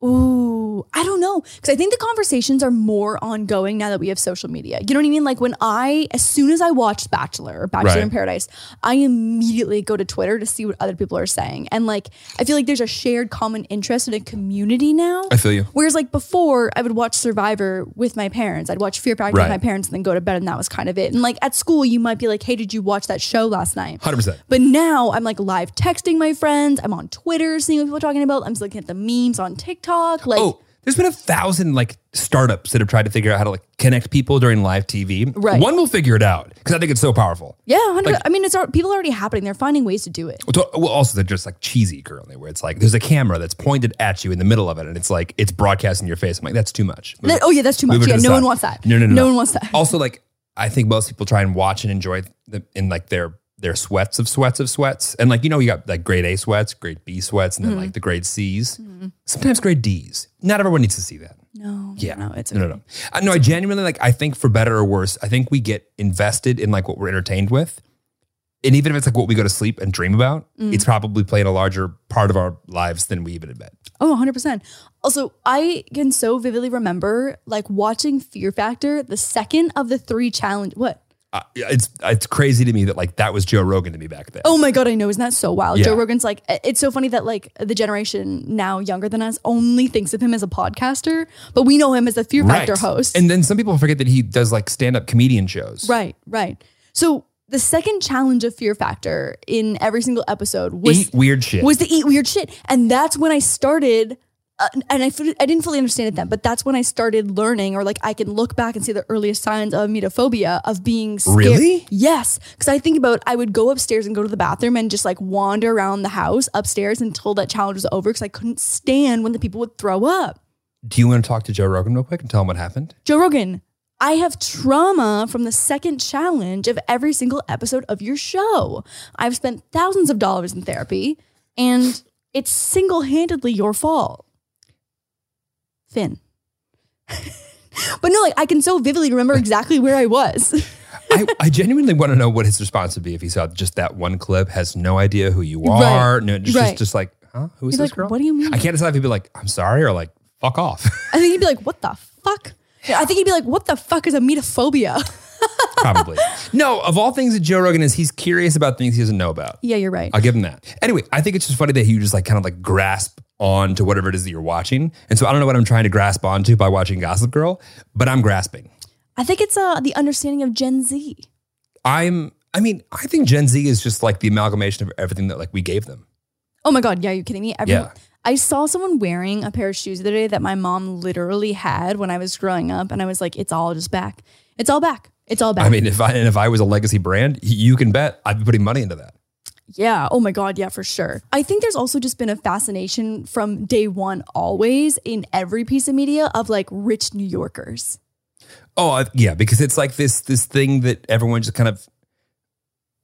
B: Ooh, I don't know. Because I think the conversations are more ongoing now that we have social media. You know what I mean? Like when I, as soon as I watched Bachelor or Bachelor
A: Right.
B: in Paradise, I immediately go to Twitter to see what other people are saying. And like, I feel like there's a shared common interest in a community now.
A: I feel you.
B: Whereas like before, I would watch Survivor with my parents. I'd watch Fear Factor
A: Right.
B: with my parents and then go to bed. And that was kind of it. And like at school, you might be like, hey, did you watch that show last night?
A: 100%.
B: But now I'm like live texting my friends. I'm on Twitter seeing what people are talking about. I'm just looking at the memes on TikTok. Like,
A: Oh, there's been a thousand like startups that have tried to figure out how to like connect people during live TV.
B: Right.
A: One will figure it out because I think it's so powerful.
B: yeah, 100%. I mean, it's al- people are already happening. They're finding ways to do it.
A: Well, to- well, also they're just like cheesy currently, where it's like there's a camera that's pointed at you in the middle of it, and it's like it's broadcasting your face. I'm like, that's too much. Move
B: That-
A: it-
B: oh, yeah, that's too much.
A: move it to
B: Yeah,
A: the
B: no
A: side.
B: one wants that.
A: No, no, no,
B: No
A: no.
B: one wants that.
A: Also, like I think most people try and watch and enjoy the, in like their their sweats of sweats of sweats, and like you know you got like grade A sweats, grade B sweats, and then
B: Mm-hmm.
A: like the grade C's, sometimes grade D's. Not everyone needs to see that.
B: No.
A: Yeah.
B: No, it's
A: No, no, no. I no, I genuinely like. I think for better or worse, I think we get invested in like what we're entertained with, and even if it's like what we go to sleep and dream about,
B: Mm.
A: it's probably playing a larger part of our lives than we even admit.
B: Oh, 100%. Also, I can so vividly remember like watching Fear Factor, the second of the three challenge. What?
A: Uh, it's it's crazy to me that like that was Joe Rogan to me back then.
B: Oh my God, I know. Isn't that so wild?
A: Yeah.
B: Joe Rogan's like, it's so funny that like the generation now younger than us only thinks of him as a podcaster, but we know him as a Fear Factor host.
A: And then some people forget that he does like stand up comedian shows.
B: right, right. So the second challenge of Fear Factor in every single episode was
A: Eat weird shit.
B: was to eat weird shit. And that's when I started. Uh, and I, f- I didn't fully understand it then, but that's when I started learning, or like I can look back and see the earliest signs of metophobia of being scared.
A: Really?
B: Yes. Because I think about I would go upstairs and go to the bathroom and just like wander around the house upstairs until that challenge was over because I couldn't stand when the people would throw up.
A: Do you want to talk to Joe Rogan real quick and tell him what happened?
B: Joe Rogan, I have trauma from the second challenge of every single episode of your show. I've spent thousands of dollars in therapy, and it's single handedly your fault. Finn. but no, like I can so vividly remember exactly where I was.
A: I, I genuinely want to know what his response would be if he saw just that one clip, has no idea who you
B: Right.
A: are. No, just,
B: Right.
A: just, just like, huh? Who is
B: He's
A: this
B: like,
A: girl?
B: "What do you mean?"
A: I can't decide if he'd be like, I'm sorry, or like, fuck off.
B: I think he'd be like, what the fuck? I think he'd be like, what the fuck is a metaphobia?
A: Probably. no, of all things that Joe Rogan is, he's curious about things he doesn't know about.
B: yeah, you're right.
A: I'll give him that. Anyway, I think it's just funny that he just like kind of like grasp on to whatever it is that you're watching. And so I don't know what I'm trying to grasp onto by watching Gossip Girl, but I'm grasping.
B: I think it's uh, the understanding of Gen Z.
A: I'm, I mean, I think Gen Z is just like the amalgamation of everything that like we gave them.
B: Oh my god, yeah, are you kidding me? Everyone,
A: Yeah.
B: I saw someone wearing a pair of shoes the other day that my mom literally had when I was growing up, and I was like, it's all just back. It's all back. It's all back.
A: I mean, if I and if I was a legacy brand, you can bet I'd be putting money into that.
B: yeah. Oh my god, yeah, for sure. I think there's also just been a fascination from day one, always in every piece of media of like rich New Yorkers.
A: Oh I- yeah, because it's like this this thing that everyone just kind of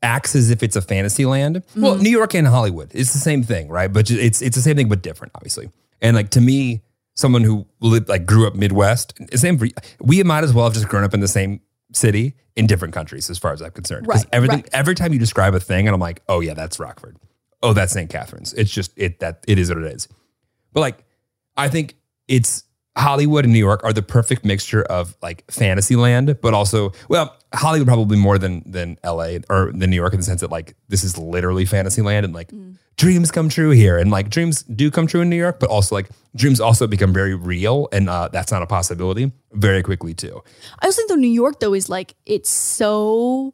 A: acts as if it's a fantasy land.
B: Mm-hmm.
A: Well, New York and Hollywood, it's the same thing, right? But ju- it's it's the same thing but different, obviously. And like to me, someone who lived like grew up Midwest, same for, we might as well have just grown up in the same city in different countries, as far as I'm concerned. Because
B: Right,
A: everything
B: right.
A: every time you describe a thing, and I'm like, oh yeah, that's Rockford. Oh, that's St. Catharines. It's just it that it is what it is. But like, I think it's Hollywood and New York are the perfect mixture of like Fantasyland, but also well, Hollywood probably more than than LA or than New York in the sense that like this is literally Fantasyland and like
B: Mm.
A: dreams come true here and like dreams do come true in New York, but also like dreams also become very real and uh, that's not a possibility very quickly too.
B: I also think though New York though is like it's so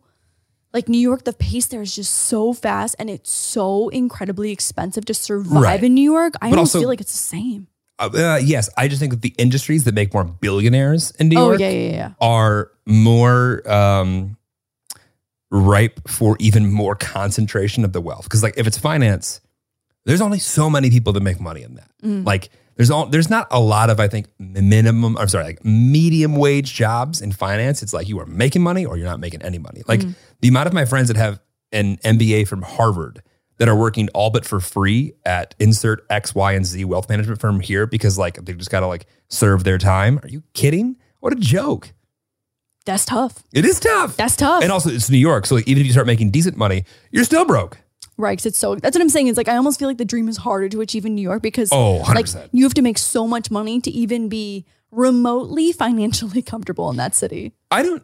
B: like New York, the pace there is just so fast and it's so incredibly expensive to survive
A: Right.
B: in New York. I
A: But
B: almost
A: also-
B: feel like it's the same.
A: Uh, uh, yes, I just think that the industries that make more billionaires in New
B: Oh
A: York
B: yeah, yeah, yeah.
A: are more um, ripe for even more concentration of the wealth. Because like if it's finance, there's only so many people that make money in that. Like there's all there's not a lot of I think minimum. I'm sorry, like medium wage jobs in finance. It's like you are making money or you're not making any money. Like the amount of my friends that have an MBA from Harvard that are working all but for free at insert X, Y, and Z wealth management firm here because like they just gotta like serve their time. Are you kidding? What a joke.
B: That's tough.
A: It is tough.
B: That's tough.
A: and also, it's New York. So like, even if you start making decent money, you're still broke.
B: Right, because it's so. That's what I'm saying. Is like I almost feel like the dream is harder to achieve in New York because
A: Oh,
B: like
A: 100%.
B: you have to make so much money to even be remotely financially comfortable in that city.
A: I don't.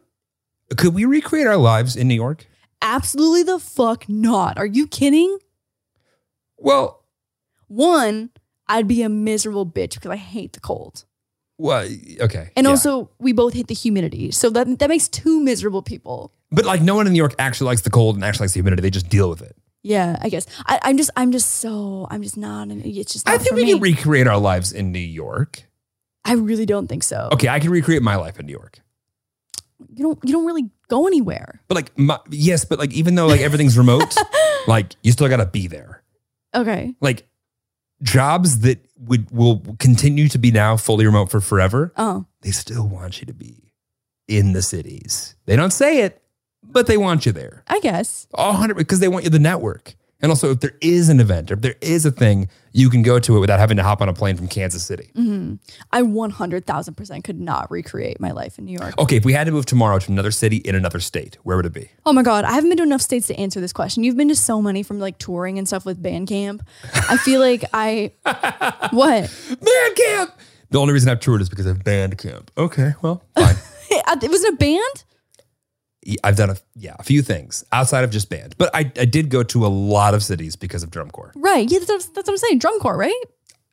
A: Could we recreate our lives in New York?
B: Absolutely the fuck not. Are you kidding?
A: Well,
B: One, I'd be a miserable bitch because I hate the cold,
A: well, okay.
B: and
A: yeah.
B: also we both hate the humidity, so that that makes two miserable people.
A: but like no one in New York actually likes the cold and actually likes the humidity. They just deal with it.
B: Yeah, I guess I, I'm just I'm just so I'm just not. An, it's just. Not
A: I think
B: Oh, for
A: we
B: me.
A: can recreate our lives in New York.
B: I really don't think so.
A: Okay, I can recreate my life in New York.
B: You don't you don't really go anywhere.
A: But like, my, yes, but like, even though like everything's remote, like you still got to be there.
B: Okay.
A: Like jobs that would will continue to be now fully remote for forever,
B: Oh.
A: they still want you to be in the cities. They don't say it, but they want you there.
B: I guess.
A: All hundred because they want you the network. And also, if there is an event or if there is a thing, you can go to it without having to hop on a plane from Kansas City.
B: hmm I 100,000% could not recreate my life in New York.
A: Okay, if we had to move tomorrow to another city in another state, where would it be?
B: Oh my God. I haven't been to enough states to answer this question. You've been to so many from like touring and stuff with Bandcamp. I feel like I, what?
A: Band camp. The only reason I've toured is because I've band camp. Okay, well, fine.
B: Uh, It was in a band?
A: I've done a yeah a few things outside of just band, but I, I did go to a lot of cities because of drum corps.
B: Right. Yeah. That's, that's what I'm saying. Drum corps, right?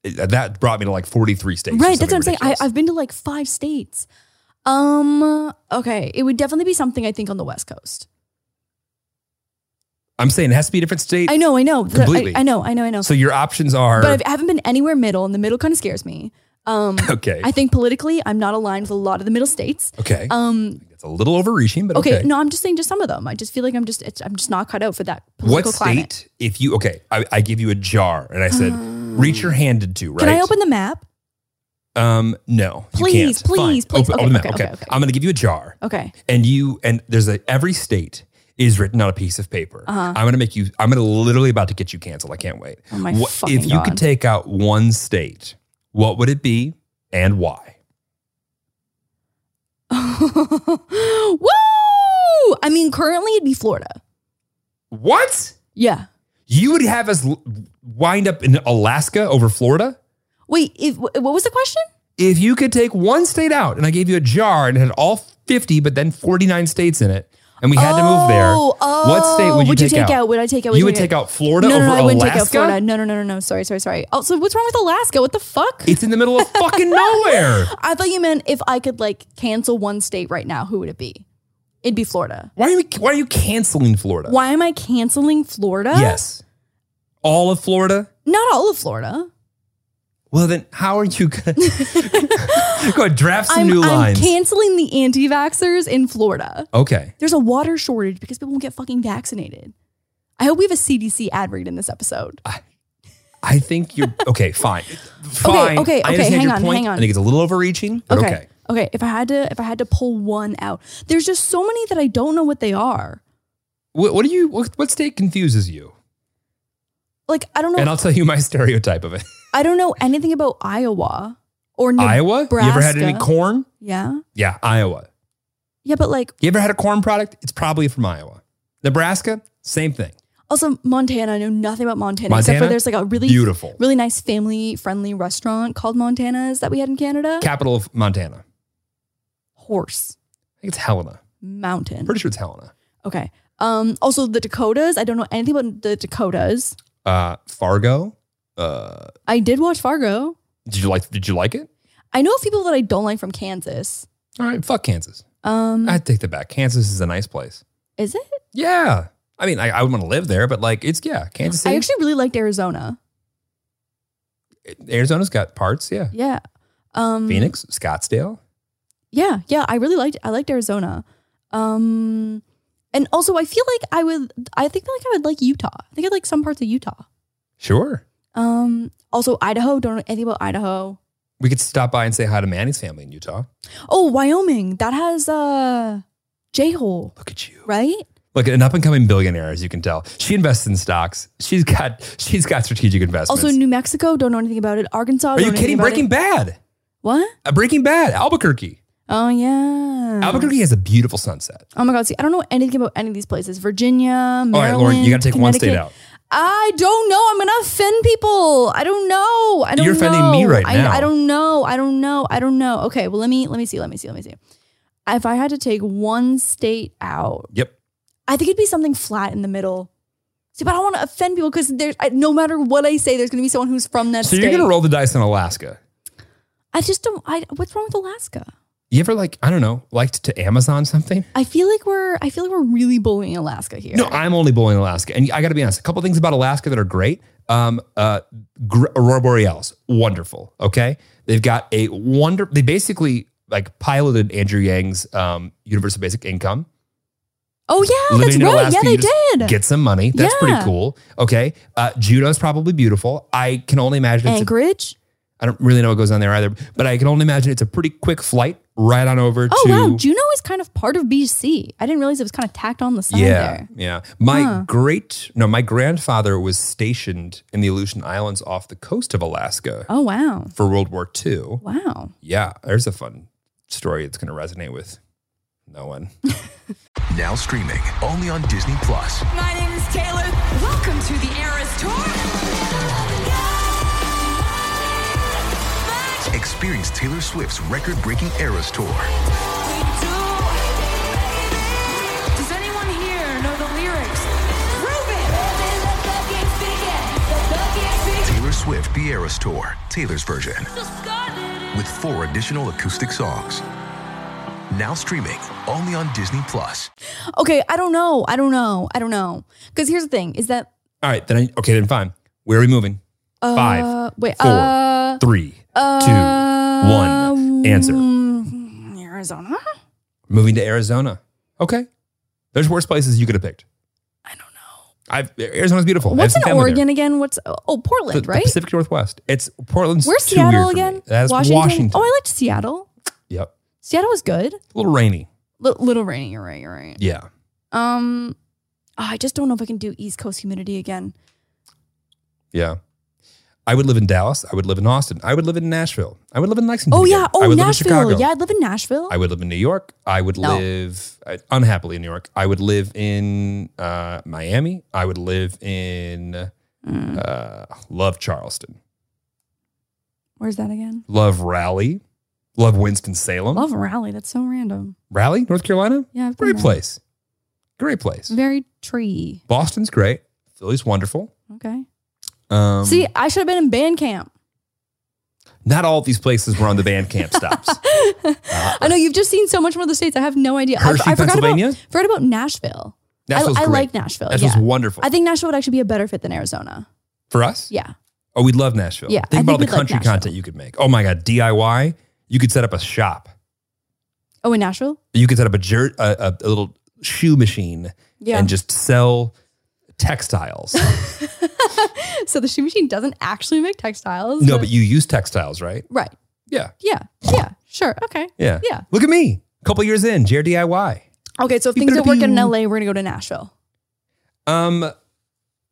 A: It- That brought me to like forty three states. or
B: Right. That's what
A: something
B: I'm saying. I,
A: ridiculous.
B: I've been to like five states. Um, okay. It would definitely be something I think on the West Coast.
A: I'm saying it has to be a different state.
B: I know, I know. The- I-
A: Completely.
B: I, know, I know, I know.
A: So your options are
B: but I've, I haven't been anywhere middle, and the middle kind of scares me. Um,
A: okay,
B: I think politically, I'm not aligned with a lot of the middle states.
A: okay.
B: Um,
A: That's a little overreaching, but
B: okay,
A: okay.
B: no, I'm just saying just some of them. I just feel like I'm just it's, I'm just not cut out for that
A: what
B: political
A: state?
B: climate. Um,
A: If you okay, I, I give you a jar and I said reach your hand into right.
B: Can I open the map?
A: Um, no, you
B: Please,
A: can't. Fine.
B: please, please.
A: Open,
B: Okay,
A: open that.
B: okay,
A: Okay.
B: okay, okay.
A: I'm gonna give you a jar.
B: Okay,
A: and you and there's a every state is written on a piece of paper.
B: Uh-huh.
A: I'm gonna make you. I'm gonna literally about to get you canceled. I can't wait.
B: Oh my fucking
A: if you could
B: God.
A: take out one state, what would it be and why?
B: woo! I mean, currently it'd be Florida.
A: What
B: Yeah.
A: you would have us l- wind up in Alaska over Florida?
B: Wait, if, wh- what was the question?
A: If you could take one state out, and I gave you a jar and it had all 50, but then 49 states in it, and we had to move there,
B: Oh, oh,
A: what state would you, take, out?
B: Would I take out?
A: you would take out Florida
B: No,
A: over
B: no, no, I wouldn't
A: Alaska.
B: take out Florida. No, no, no, no, no. Sorry, sorry, sorry. Also, what's wrong with Alaska? What the fuck?
A: It's in the middle of fucking nowhere.
B: I thought you meant if I could like cancel one state right now, who would it be? It'd be Florida.
A: Why are you why are you canceling Florida?
B: Why am I canceling Florida?
A: Yes. All of Florida?
B: Not all of Florida.
A: Well then how are you gonna go ahead, draft some
B: I'm,
A: new
B: I'm
A: lines?
B: canceling the anti vaxxers in Florida.
A: okay.
B: There's a water shortage because people won't get fucking vaccinated. I hope we have a CDC ad read in this episode.
A: I think you're okay, fine. Fine.
B: okay,
A: I
B: okay,
A: understand
B: hang
A: your
B: on,
A: point.
B: hang on.
A: I think it's a little overreaching, but okay.
B: okay. Okay, if I had to if I had to pull one out. There's just so many that I don't know what they are.
A: What, what do you what, what state confuses you?
B: Like I don't
A: And
B: know
A: I'll tell you my stereotype of it.
B: I don't know anything about Iowa or Nebraska.
A: Iowa? You ever had any corn?
B: Yeah.
A: Yeah, Iowa.
B: Yeah, but like
A: You ever had a corn product? It's probably from Iowa. Nebraska, same thing.
B: Also, Montana. I know nothing about Montana, except
A: Montana?
B: for there's like a really
A: Beautiful.
B: really nice family friendly restaurant called Montana's that we had in Canada.
A: Capital of Montana. I
B: Horse
A: think it's Helena.
B: Mountain.
A: Pretty sure it's Helena.
B: Okay. Um. Also, the Dakotas. I don't know anything about the Dakotas.
A: Uh, Fargo. Uh,
B: I did watch Fargo.
A: did you like? Did you like it?
B: I know of people that I don't like from Kansas.
A: All right, fuck Kansas.
B: Um.
A: I take that back. Kansas is a nice place.
B: is it?
A: Yeah, I mean, I, I would want to live there, but like, it's yeah, Kansas
B: I
A: City,
B: actually really liked Arizona.
A: Arizona's got parts. Yeah,
B: Yeah. Um.
A: Phoenix, Scottsdale.
B: Yeah. Yeah. I really liked. I liked Arizona. Um. And also, I feel like I would. I think like I would like Utah. I think I'd like some parts of Utah.
A: Sure,
B: Um. Also, Idaho. Don't know anything about Idaho.
A: we could stop by and say hi to Manny's family in Utah.
B: Oh, Wyoming. That has uh, J hole,
A: Look at you,
B: right?
A: look an up and coming billionaire, as you can tell. She invests in stocks. She's got she's got strategic investments.
B: Also, New Mexico. Don't know anything about it. Arkansas.
A: Are
B: don't
A: you
B: know
A: kidding?
B: anything about
A: Breaking
B: it.
A: Bad.
B: What?
A: Uh, Breaking Bad. Albuquerque.
B: Oh yeah.
A: Albuquerque has a beautiful sunset.
B: Oh my God. See, I don't know anything about any of these places. Virginia. Maryland,
A: All right, Lauren, you got to take one state
B: Connecticut.
A: out.
B: I don't know. I'm gonna offend people. I don't know. I don't.
A: You're offending me
B: know.
A: right
B: I,
A: now.
B: I don't know. I don't know. I don't know. Okay. Well, let me let me see. Let me see. Let me see. If I had to take one state out,
A: Yep.
B: I think it'd be something flat in the middle. See, but I don't want to offend people because there's I, no matter what I say, there's gonna be someone who's from that
A: So
B: state.
A: you're gonna roll the dice in Alaska.
B: I just don't. I, what's wrong with Alaska?
A: You ever like I don't know liked to Amazon something?
B: I feel like we're I feel like we're really bullying Alaska here.
A: No, I'm only blowing Alaska, and I got to be honest. A couple things about Alaska that are great. Um, uh, gr- Aurora Borealis, wonderful. Okay, they've got a wonder. They basically like piloted Andrew Yang's um, universal basic income.
B: oh yeah,
A: Living
B: that's
A: in
B: right.
A: Alaska,
B: yeah,
A: you
B: they
A: just
B: did.
A: Get some money. That's
B: Yeah.
A: pretty cool. Okay, uh, Juneau's probably beautiful. I can only imagine. It's a,
B: Anchorage.
A: I don't really know what goes on there either, but I can only imagine it's a pretty quick flight right on over
B: Oh
A: to.
B: wow, Juneau is kind of part of BC. I didn't realize it was kind of tacked on the side
A: Yeah,
B: there.
A: yeah. My
B: Huh.
A: great no, my grandfather was stationed in the Aleutian Islands off the coast of Alaska
B: Oh wow,
A: for World War II.
B: wow.
A: Yeah, there's a fun story that's going to resonate with no one.
E: Now streaming only on Disney Plus.
F: My name is Taylor. Welcome to the Eras Tour.
E: Experience Taylor Swift's record-breaking Eras tour
F: Does anyone here know the lyrics? Prove it!
E: Taylor Swift: The Eras Tour, Taylor's version, with four additional acoustic songs. Now streaming only on Disney Plus.
B: Okay, I don't know. I don't know. I don't know. Because here's the thing: is that
A: All right, then I, okay, then fine. Where are we moving?
B: uh,
A: Five,
B: wait,
A: four,
B: uh,
A: Three, two,
B: uh,
A: one. Answer.
B: mm, Arizona.
A: Moving to Arizona. Okay, there's worse places you could have picked. I don't know. I've Arizona's beautiful. I have
B: What's
A: some
B: in
A: family there.
B: Oregon again? What's oh
A: The,
B: Portland,
A: the
B: right?
A: Pacific Northwest. It's Portland's
B: Where's
A: too weird
B: Seattle
A: for me.
B: again?
A: That's Washington.
B: Oh, I liked Seattle.
A: Yep.
B: Seattle was good.
A: A little rainy.
B: L- little rainy. You're right. You're right.
A: Yeah.
B: Um, oh, I just don't know if I can do East Coast humidity again.
A: Yeah. I would live in Dallas. I would live in Austin. I would live in Nashville. I would live in Lexington.
B: Oh
A: again.
B: yeah.
A: I
B: Oh
A: would live in
B: Nashville.
A: Chicago.
B: Yeah, I'd live in Nashville.
A: I would live in New York. I would
B: No.
A: live uh, unhappily in New York. I would live in uh, Miami. I would live in
B: Mm,
A: uh, love Charleston.
B: where's that again?
A: Love Raleigh. Love Winston Salem.
B: Love Raleigh. That's so random.
A: Raleigh, North Carolina.
B: Yeah, I've been
A: Great
B: there.
A: place. Great place.
B: Very tree.
A: Boston's great. Philly's wonderful.
B: Okay.
A: Um,
B: See, I should have been in band camp.
A: not all of these places were on the band camp stops.
B: I know you've just seen so much more of the states. I have no idea. I-
A: Hershey,
B: I, forgot
A: Pennsylvania?
B: about forgot about Nashville. I-
A: Nashville's
B: I,
A: great.
B: like Nashville.
A: Nashville's
B: yeah.
A: wonderful.
B: I think Nashville would actually be a better fit than Arizona.
A: For us?
B: Yeah.
A: Oh, we'd love Nashville.
B: Yeah,
A: Think
B: I
A: about all the
B: think we'd like
A: country
B: Nashville.
A: content you could make. Oh my God, DIY. You could set up a shop.
B: Oh, in Nashville?
A: You could set up a jer- a, a, a little shoe machine
B: Yeah.
A: and just sell textiles.
B: so the shoe machine doesn't actually make textiles.
A: no, but you use textiles, right?
B: right.
A: Yeah.
B: Yeah. Yeah. Sure. Okay.
A: Yeah.
B: Yeah.
A: Look at me. couple years in, Jer DIY.
B: Okay. So if
A: You
B: things
A: better
B: don't work
A: be-
B: out in LA, we're gonna go to Nashville.
A: Um,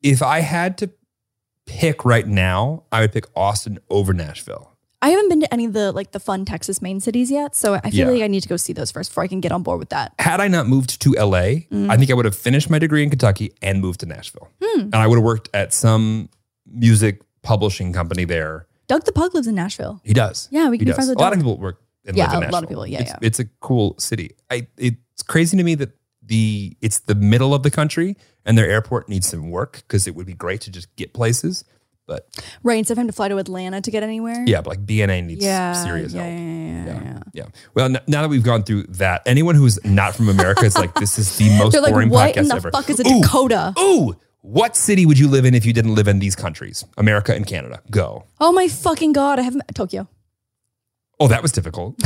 A: if I had to pick right now, I would pick Austin over Nashville.
B: I haven't been to any of the like the fun Texas main cities yet, so I feel
A: Yeah.
B: like I need to go see those first before I can get on board with that.
A: Had I not moved to LA,
B: Mm.
A: I think I would have finished my degree in Kentucky and moved to Nashville.
B: Hmm.
A: And I would have worked at some music publishing company there.
B: Doug the Pug lives in Nashville.
A: He does.
B: Yeah, we can
A: he
B: be friends
A: does.
B: with
A: A lot of
B: Doug.
A: people work and
B: Yeah,
A: live in
B: a
A: Nashville.
B: lot of people. Yeah,
A: it's,
B: yeah.
A: it's a cool city. I, it's crazy to me that the it's the middle of the country and their airport needs some work because it would be great to just get places. But
B: Right. Instead of having to fly to Atlanta to get anywhere.
A: yeah, but like BNA needs
B: Yeah.
A: serious
B: yeah,
A: help.
B: yeah, yeah, yeah, yeah.
A: Yeah. Well, n- now that we've gone through that, anyone who's not from America is like, this is the most
B: They're like,
A: boring
B: what
A: podcast
B: in the
A: ever.
B: fuck is a
A: Ooh,
B: Dakota?
A: Ooh, what city would you live in if you didn't live in these countries? America and Canada. Go.
B: Oh my fucking god! I haven't Tokyo.
A: Oh, that was difficult.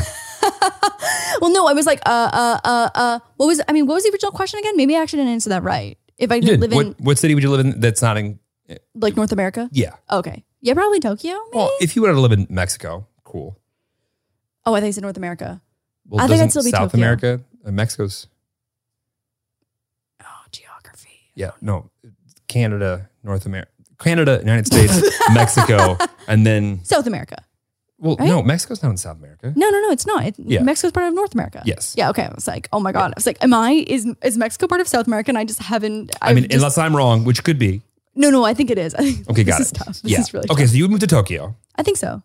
B: Well, no, I was like, uh, uh, uh, uh. What was? I mean, what was the original question again? Maybe I actually didn't answer that right. If I
A: You did.
B: live in
A: what, what city would you live in that's not in?
B: like North America,
A: Yeah.
B: okay, yeah, probably Tokyo. Maybe?
A: Well, if you were to live in Mexico, cool.
B: oh, I think it's in North America.
A: Well,
B: I think I'd
A: doesn't
B: still be
A: South
B: Tokyo.
A: America, uh, Mexico's,
B: Oh, geography.
A: yeah, no, Canada, North America, Canada, United States, Mexico, and then,
B: South America.
A: well,
B: Right?
A: no, Mexico's not in South America.
B: No, no, no, it's not. It,
A: Yeah.
B: Mexico's part of North America.
A: Yes.
B: Yeah. Okay. I was like, oh my god. I was like, am I is is Mexico part of South America? And I just haven't.
A: I mean,
B: I've just-
A: unless I'm wrong, which could be.
B: No, no, I think it is. I think
A: Okay,
B: this
A: got
B: is
A: it.
B: Tough. This
A: Yeah.
B: is really
A: okay,
B: tough.
A: so you would move to Tokyo.
B: I think so.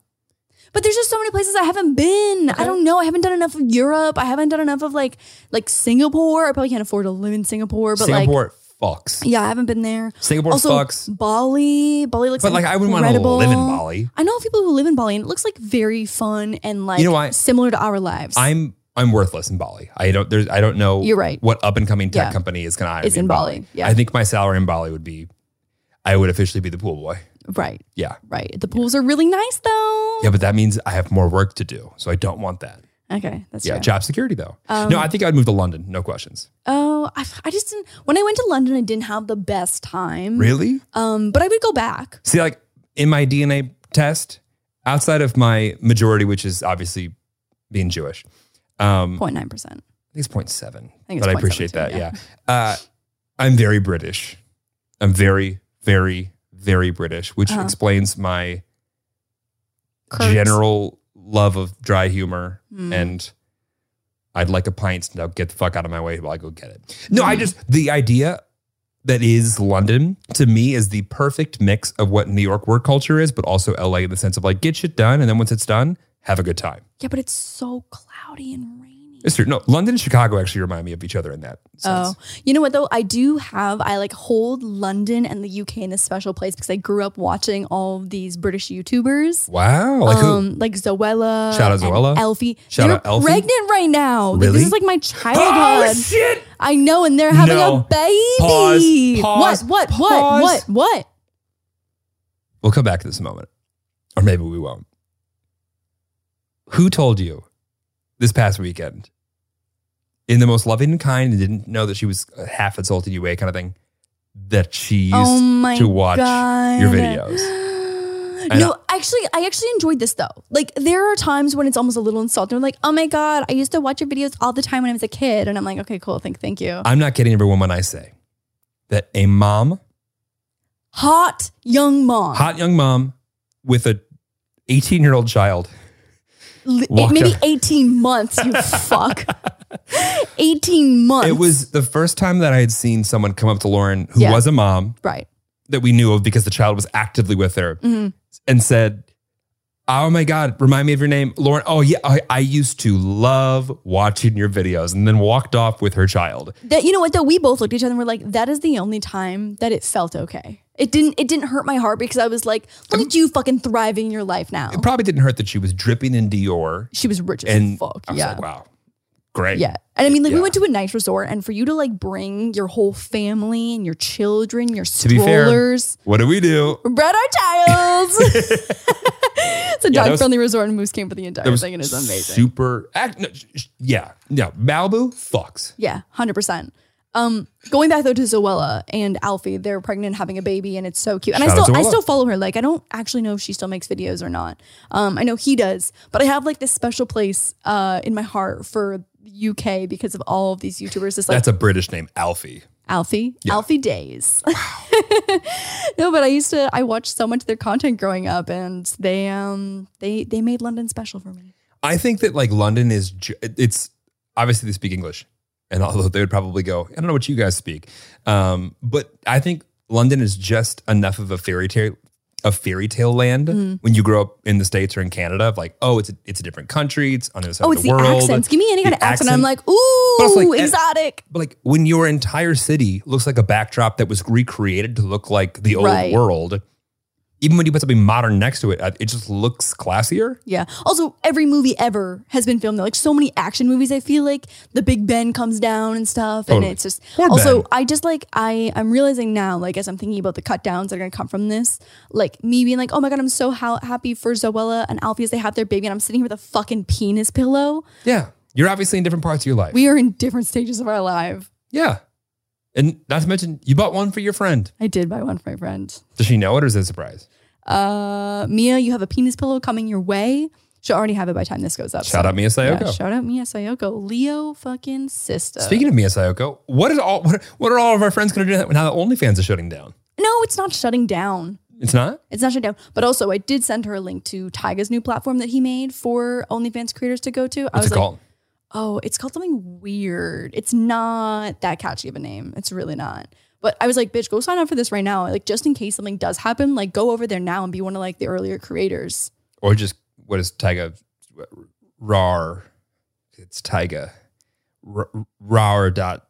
B: But there's just so many places I haven't been. I don't know. I haven't done enough of Europe. I haven't done enough of like like Singapore. I probably can't afford to live in Singapore, but like
A: Singapore fucks.
B: yeah, I haven't been there.
A: Singapore
B: also,
A: fucks.
B: Bali. Bali looks
A: But like I wouldn't want to
B: incredible.
A: live in Bali.
B: I know people who live in Bali and it looks like very fun and like
A: You know what?
B: similar to our lives.
A: I'm I'm worthless in Bali. I don't there's I don't know
B: You're right.
A: what up and coming tech
B: Yeah.
A: company is gonna hire
B: Is
A: me
B: in Bali. Yeah.
A: I think my salary in Bali would be I would officially be the pool boy.
B: right,
A: Yeah.
B: right. The pools are really nice though.
A: Yeah, but that means I have more work to do. So I don't want that.
B: Okay, that's Um,
A: yeah,
B: true.
A: job security though. no, I think I'd move to London, no questions.
B: Oh, I, I just didn't. When I went to London, I didn't have the best time.
A: Really?
B: Um, but I would go back.
A: See, like in my DNA test, outside of my majority, which is obviously being Jewish, um,
B: 0.9 percent.
A: I think it's 0.7,
B: think it's
A: but I
B: 0.72,
A: appreciate that. Yeah.
B: yeah.
A: Uh, I'm very British. I'm very, very, very British, which
B: Uh-huh.
A: explains my general love of dry humor
B: Hmm.
A: and I'd like a pint now get the fuck out of my way while I go get it. No, I just the idea that is London to me is the perfect mix of what New York work culture is, but also LA in the sense of like get shit done and then once it's done, have a good time.
B: Yeah, but it's so cloudy and rainy.
A: It's true. No, London and Chicago actually remind me of each other in that sense.
B: Oh, you know what though? I do have I like hold London and the UK in a special place because I grew up watching all of these British YouTubers.
A: Wow. Oh, Like who?
B: um, like Zoella,
A: Shout out
B: and
A: Zoella.
B: Elfie.
A: Shout
B: they're
A: out Elfie.
B: pregnant right now. Like,
A: Really?
B: This is like my
A: Oh
B: childhood.
A: shit!
B: I know, and they're having
A: No.
B: a baby.
A: Pause, pause,
B: what? What?
A: pause.
B: What? What? What?
A: We'll come back to this in a moment, or maybe we won't. Who told you this past weekend, in the most loving and kind, and didn't know that she was uh, half insulting you way kind of thing, that she used
B: Oh my
A: to watch your
B: God.
A: videos? I know.
B: No, actually, I actually enjoyed this though. Like, there are times when it's almost a little insulting. I'm like, oh my god, I used to watch your videos all the time when I was a kid, and I'm like, okay, cool, thank, thank you.
A: I'm not kidding everyone when I say that a mom,
B: Hot young mom.
A: hot young mom, with a 18 year old child
B: L-
A: walked
B: maybe
A: up.
B: 18 months. You fuck. 18 months.
A: It was the first time that I had seen someone come up to Lauren, who
B: Yeah.
A: was a mom
B: right.
A: that we knew of because the child was actively with her,
B: Mm-hmm.
A: and said, Oh my God, remind me of your name, Lauren. Oh, yeah, I, I used to love watching your videos, and then walked off with her child.
B: That you know what though, we both looked at each other and were like, that is the only time that it felt okay. It didn't. It didn't hurt my heart because I was like, look at you fucking thriving your life now.
A: It probably didn't hurt that she was dripping in Dior.
B: she was rich as
A: And
B: fuck.
A: I was
B: yeah.
A: like, Wow, great.
B: Yeah. And I mean, like,
A: Yeah.
B: we went to a nice resort, and for you to like bring your whole family and your children, your
A: To be fair,
B: strollers,
A: what do we do?
B: Brad Artiles. it's a
A: Yeah, that
B: dog
A: was-
B: friendly resort in Moose Camp for the entire
A: That was
B: thing, and it's amazing.
A: Super. Act, no, sh- sh- yeah. No, Malibu fucks.
B: yeah, 100%. Um, going back though to Zoella and Alfie, they're pregnant, having a baby, and it's so cute. And
A: Shout
B: I
A: out
B: still, I
A: Zoella.
B: still follow her. Like, I don't actually know if she still makes videos or not. Um, I know he does, but I have like this special place uh in my heart for UK because of all of these YouTubers. It's like
A: That's a British name, Alfie.
B: Alfie, Alfie Days. no, but I used to I watched so much of their content growing up, and they um they they made London special for me.
A: I think that like London is ju- it's obviously they speak English, and although they would probably go, I don't know what you guys speak, um, but I think London is just enough of a fairy tale, a fairy tale land
B: Mm-hmm.
A: when you grow up in the states or in Canada of like, oh, it's a, it's a different country, it's on the other side
B: oh,
A: of
B: it's
A: the,
B: the,
A: world.
B: accents. Give me any
A: The
B: kind of accent. I'm like,
A: it's
B: ooh,
A: like-
B: exotic.
A: But like when your entire city looks like a backdrop that was recreated to look like the old
B: Right.
A: world, even when you put something modern next to it, uh, it just looks classier.
B: Yeah. Also, every movie ever has been filmed there. Like so many action movies, I feel like the Big Ben comes down and stuff,
A: Totally.
B: and it's just.
A: Poor
B: also,
A: Ben.
B: I just like I I'm realizing now, like as I'm thinking about the cut downs that are gonna come from this, like me being like, oh my god, I'm so ha- happy for Zoella and Alfie as they have their baby, and I'm sitting here with a fucking penis pillow.
A: Yeah, you're obviously in different parts of your life.
B: We are in different stages of our life.
A: Yeah. And not to mention, you bought one for your friend.
B: I did buy one for my friend.
A: Does she know it or is it a surprise?
B: Uh, Mia, you have a penis pillow coming your way. She'll already have it by the time this goes up.
A: Shout
B: so-
A: out Mia Sayoko.
B: Yeah, shout out Mia Sayoko, Leo fucking sister.
A: Speaking of Mia Sayoko, what is all what, what are all of our friends going to do now that OnlyFans is shutting down?
B: no, it's not shutting down.
A: It's not.
B: It's not shut down. But also, I did send her a link to Tyga's new platform that he made for OnlyFans creators to go to. I
A: What's
B: was
A: it
B: like,
A: called?
B: oh, it's called something weird. It's not that catchy of a name. It's really not. But I was like, bitch, go sign up for this right now. Like, just in case something does happen, like, go over there now and be one of like the earlier creators.
A: Or just what is Tyga? Rar. It's Tyga. Rar dot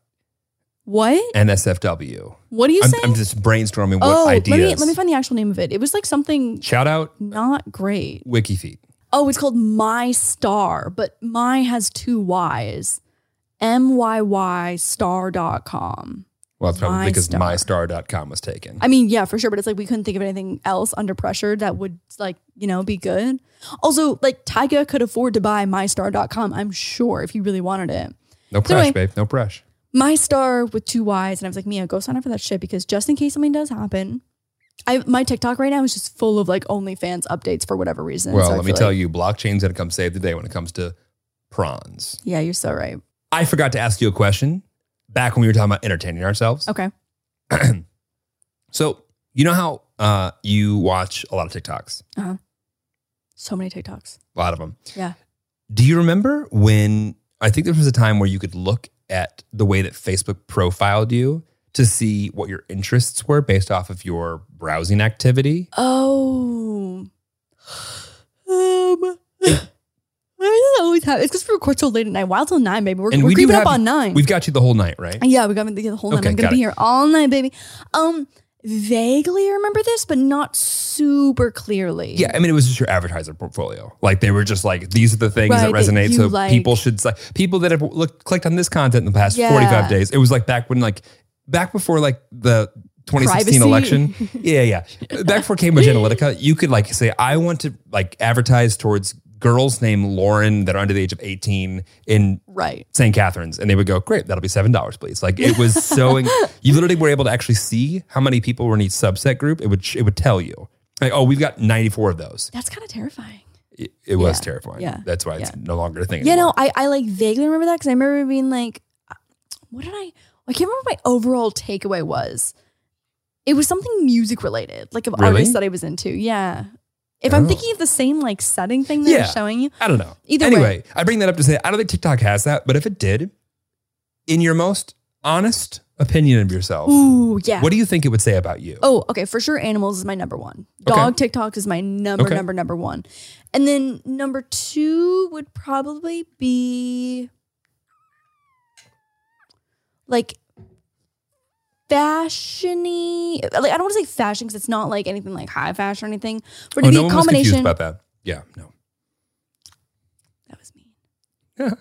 B: What?
A: NSFW.
B: What do you
A: I'm,
B: say?
A: I'm just brainstorming what
B: oh, let
A: ideas.
B: me let me find the actual name of it. It was like something
A: Shout out
B: not great.
A: WikiFeed.
B: Oh, it's called My Star, but my has two Y's. M Y Y star.com.
A: Well, it's probably
B: My
A: because
B: Star.
A: mystar.com was taken.
B: I mean, yeah, for sure, but it's like we couldn't think of anything else under pressure that would like, you know, be good. Also, like Tyga could afford to buy mystar.com, I'm sure, if he really wanted it.
A: no
B: so
A: pressure,
B: anyway-
A: babe. No pressure.
B: my star with two Y's. And I was like, Mia, go sign up for that shit because just in case something does happen, I my TikTok right now is just full of like OnlyFans updates for whatever reason.
A: Well,
B: So I
A: let me
B: feel
A: tell
B: like-
A: you, blockchain's going to come save the day when it comes to prawns.
B: Yeah, you're so right.
A: I forgot to ask you a question back when we were talking about entertaining ourselves.
B: Okay.
A: So, you know how uh, you watch a lot of TikToks,
B: So many TikToks.
A: a lot of them.
B: Yeah.
A: Do you remember when I think there was a time where you could look at the way that Facebook profiled you to see what your interests were based off of your browsing activity?
B: Oh. Um. Why does that always happen? It's because we record till late at night. Wild till nine, baby. We're,
A: And
B: we're
A: we do
B: creeping up
A: have-
B: on nine.
A: We've got you the whole night, right?
B: Yeah, we got me the the whole night.
A: Okay,
B: I'm
A: got
B: gonna be
A: it.
B: here all night, baby. Um, vaguely remember this, but not super clearly.
A: Yeah, I mean, it was just your advertiser portfolio. Like they were just like, these are the things that
B: Right, that
A: resonate.
B: you
A: so
B: like.
A: people should si- people that have looked clicked on this content in the past
B: Yeah.
A: forty five days. It was like back when like back before like the. 2016
B: Privacy.
A: election. Yeah, yeah. Back before Cambridge Analytica, you could like say, I want to like advertise towards girls named Lauren that are under the age of 18 in
B: Right.
A: St. Catharines, and they would go, "Great, that'll be seven dollars, please." Like it was so, you literally were able to actually see how many people were in each subset group. It would it would tell you, like, "Oh, we've got ninety four of those."
B: That's kind of terrifying.
A: It, it was
B: Yeah,
A: terrifying.
B: yeah,
A: that's why it's
B: yeah.
A: no longer a thing.
B: Yeah, no,
A: anymore.
B: I, I like vaguely remember that because I remember being like, uh, what did I? I can't remember what my overall takeaway was. It was something music related, like of
A: Really?
B: artists that I was into. Yeah. If I'm
A: Oh.
B: thinking of the same like setting thing that
A: Yeah.
B: I'm showing you,
A: I don't know.
B: Either
A: anyway,
B: way.
A: I bring that up to say I don't think TikTok has that, but if it did, in your most honest opinion of yourself,
B: ooh, yeah.
A: what do you think it would say about you?
B: Oh, okay. For sure, animals is my number one.
A: Okay.
B: Dog TikTok is my number,
A: Okay.
B: number, number one. And then number two would probably be like fashiony. Like I don't want to say fashion because it's not like anything like high fashion or anything, but
A: Oh,
B: it'd
A: no
B: be a
A: one was confused
B: combination.
A: about that. Yeah, no.
B: That was mean.
A: Yeah.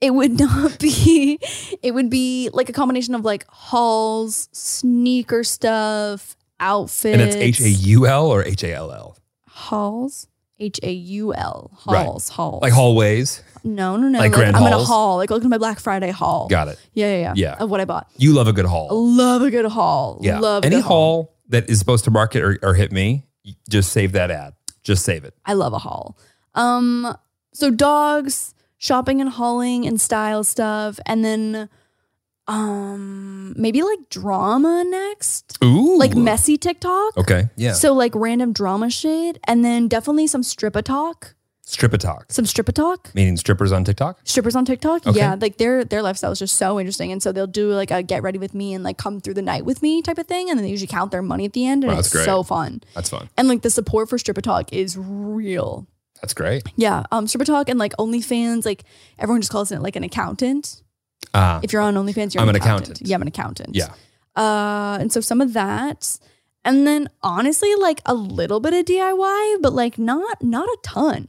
B: It would not be. It would be like a combination of like hauls, sneaker stuff, outfits,
A: And it's H A U L or H A L L,
B: halls. H A U L
A: Right.
B: halls halls
A: like hallways.
B: no no no
A: like grand
B: I'm in a
A: halls?
B: haul like look at my Black Friday haul
A: Got it.
B: yeah yeah yeah,
A: Yeah.
B: of what I bought
A: You love a good haul.
B: I love a good haul
A: Yeah.
B: love a
A: Any
B: good
A: haul that is supposed to market or, or hit me, you- just save that ad. Just save it.
B: I love a haul um so dogs shopping and hauling and style stuff and then um maybe like drama next
A: Ooh.
B: like messy TikTok
A: Okay. Yeah.
B: so like random drama shit and then definitely some stripper talk
A: Strip a talk.
B: some stripper talk
A: Meaning strippers on TikTok?
B: strippers on TikTok.
A: Okay.
B: Yeah, like their their lifestyle is just so interesting, and so they'll do like a get ready with me and like come through the night with me type of thing, and then they usually count their money at the end, and
A: Wow, that's
B: it's
A: great.
B: so fun.
A: That's fun.
B: And like the support for stripper talk is real.
A: That's great.
B: Yeah, um, stripper talk and like OnlyFans, like everyone just calls it like an accountant.
A: Uh,
B: If you're on OnlyFans, you're
A: I'm an accountant.
B: Yeah, I'm an accountant.
A: yeah.
B: Uh, and so some of that. And then honestly, like a little bit of DIY, but like not not a ton.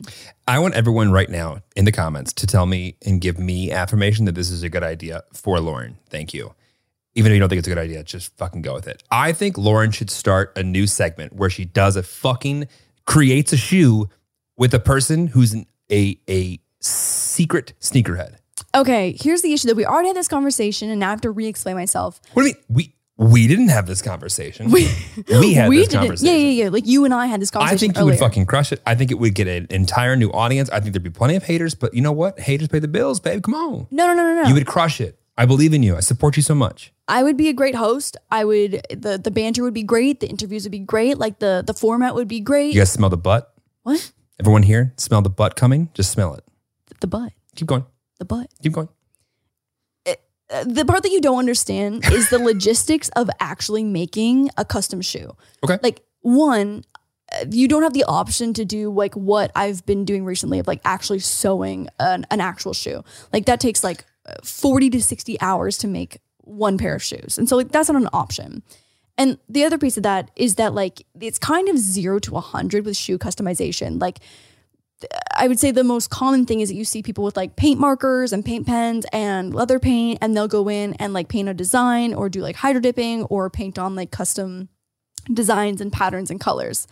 A: I want everyone right now in the comments to tell me and give me affirmation that this is a good idea for Lauren. Thank you. Even if you don't think it's a good idea, just fucking go with it. I think Lauren should start a new segment where she does a fucking creates a shoe with a person who's an, a a secret sneakerhead.
B: Okay, here's the issue that we already had this conversation, and now I have to re-explain myself.
A: What do you mean? We we didn't have this conversation.
B: We-
A: We had this
B: didn't-
A: conversation.
B: Yeah, yeah, yeah. Like you and I had this
A: I
B: conversation.
A: think you
B: earlier.
A: would fucking crush it. I think it would get an entire new audience. I think there'd be plenty of haters, but you know what? Haters pay the bills, babe. Come on.
B: No, no, no, no, no.
A: You would crush it. I believe in you. I support you so much.
B: I would be a great host. I would. the The banter would be great. The interviews would be great. Like the the format would be great.
A: You guys smell the butt?
B: What
A: Everyone here, smell the butt coming? Just smell it.
B: the butt?
A: Keep going.
B: The butt.
A: Keep going.
B: uh, the part that you don't understand is the logistics of actually making a custom shoe.
A: Okay.
B: Like one, uh, you don't have the option to do like what I've been doing recently of like actually sewing an, an actual shoe. Like that takes like uh, 40 to 60 hours to make one pair of shoes. And so like that's not an option. And the other piece of that is that like it's kind of 0 to 100 with shoe customization. Like I would say the most common thing is that you see people with like paint markers and paint pens and leather paint, and they'll go in and like paint a design or do like hydro dipping or paint on like custom designs and patterns and colors.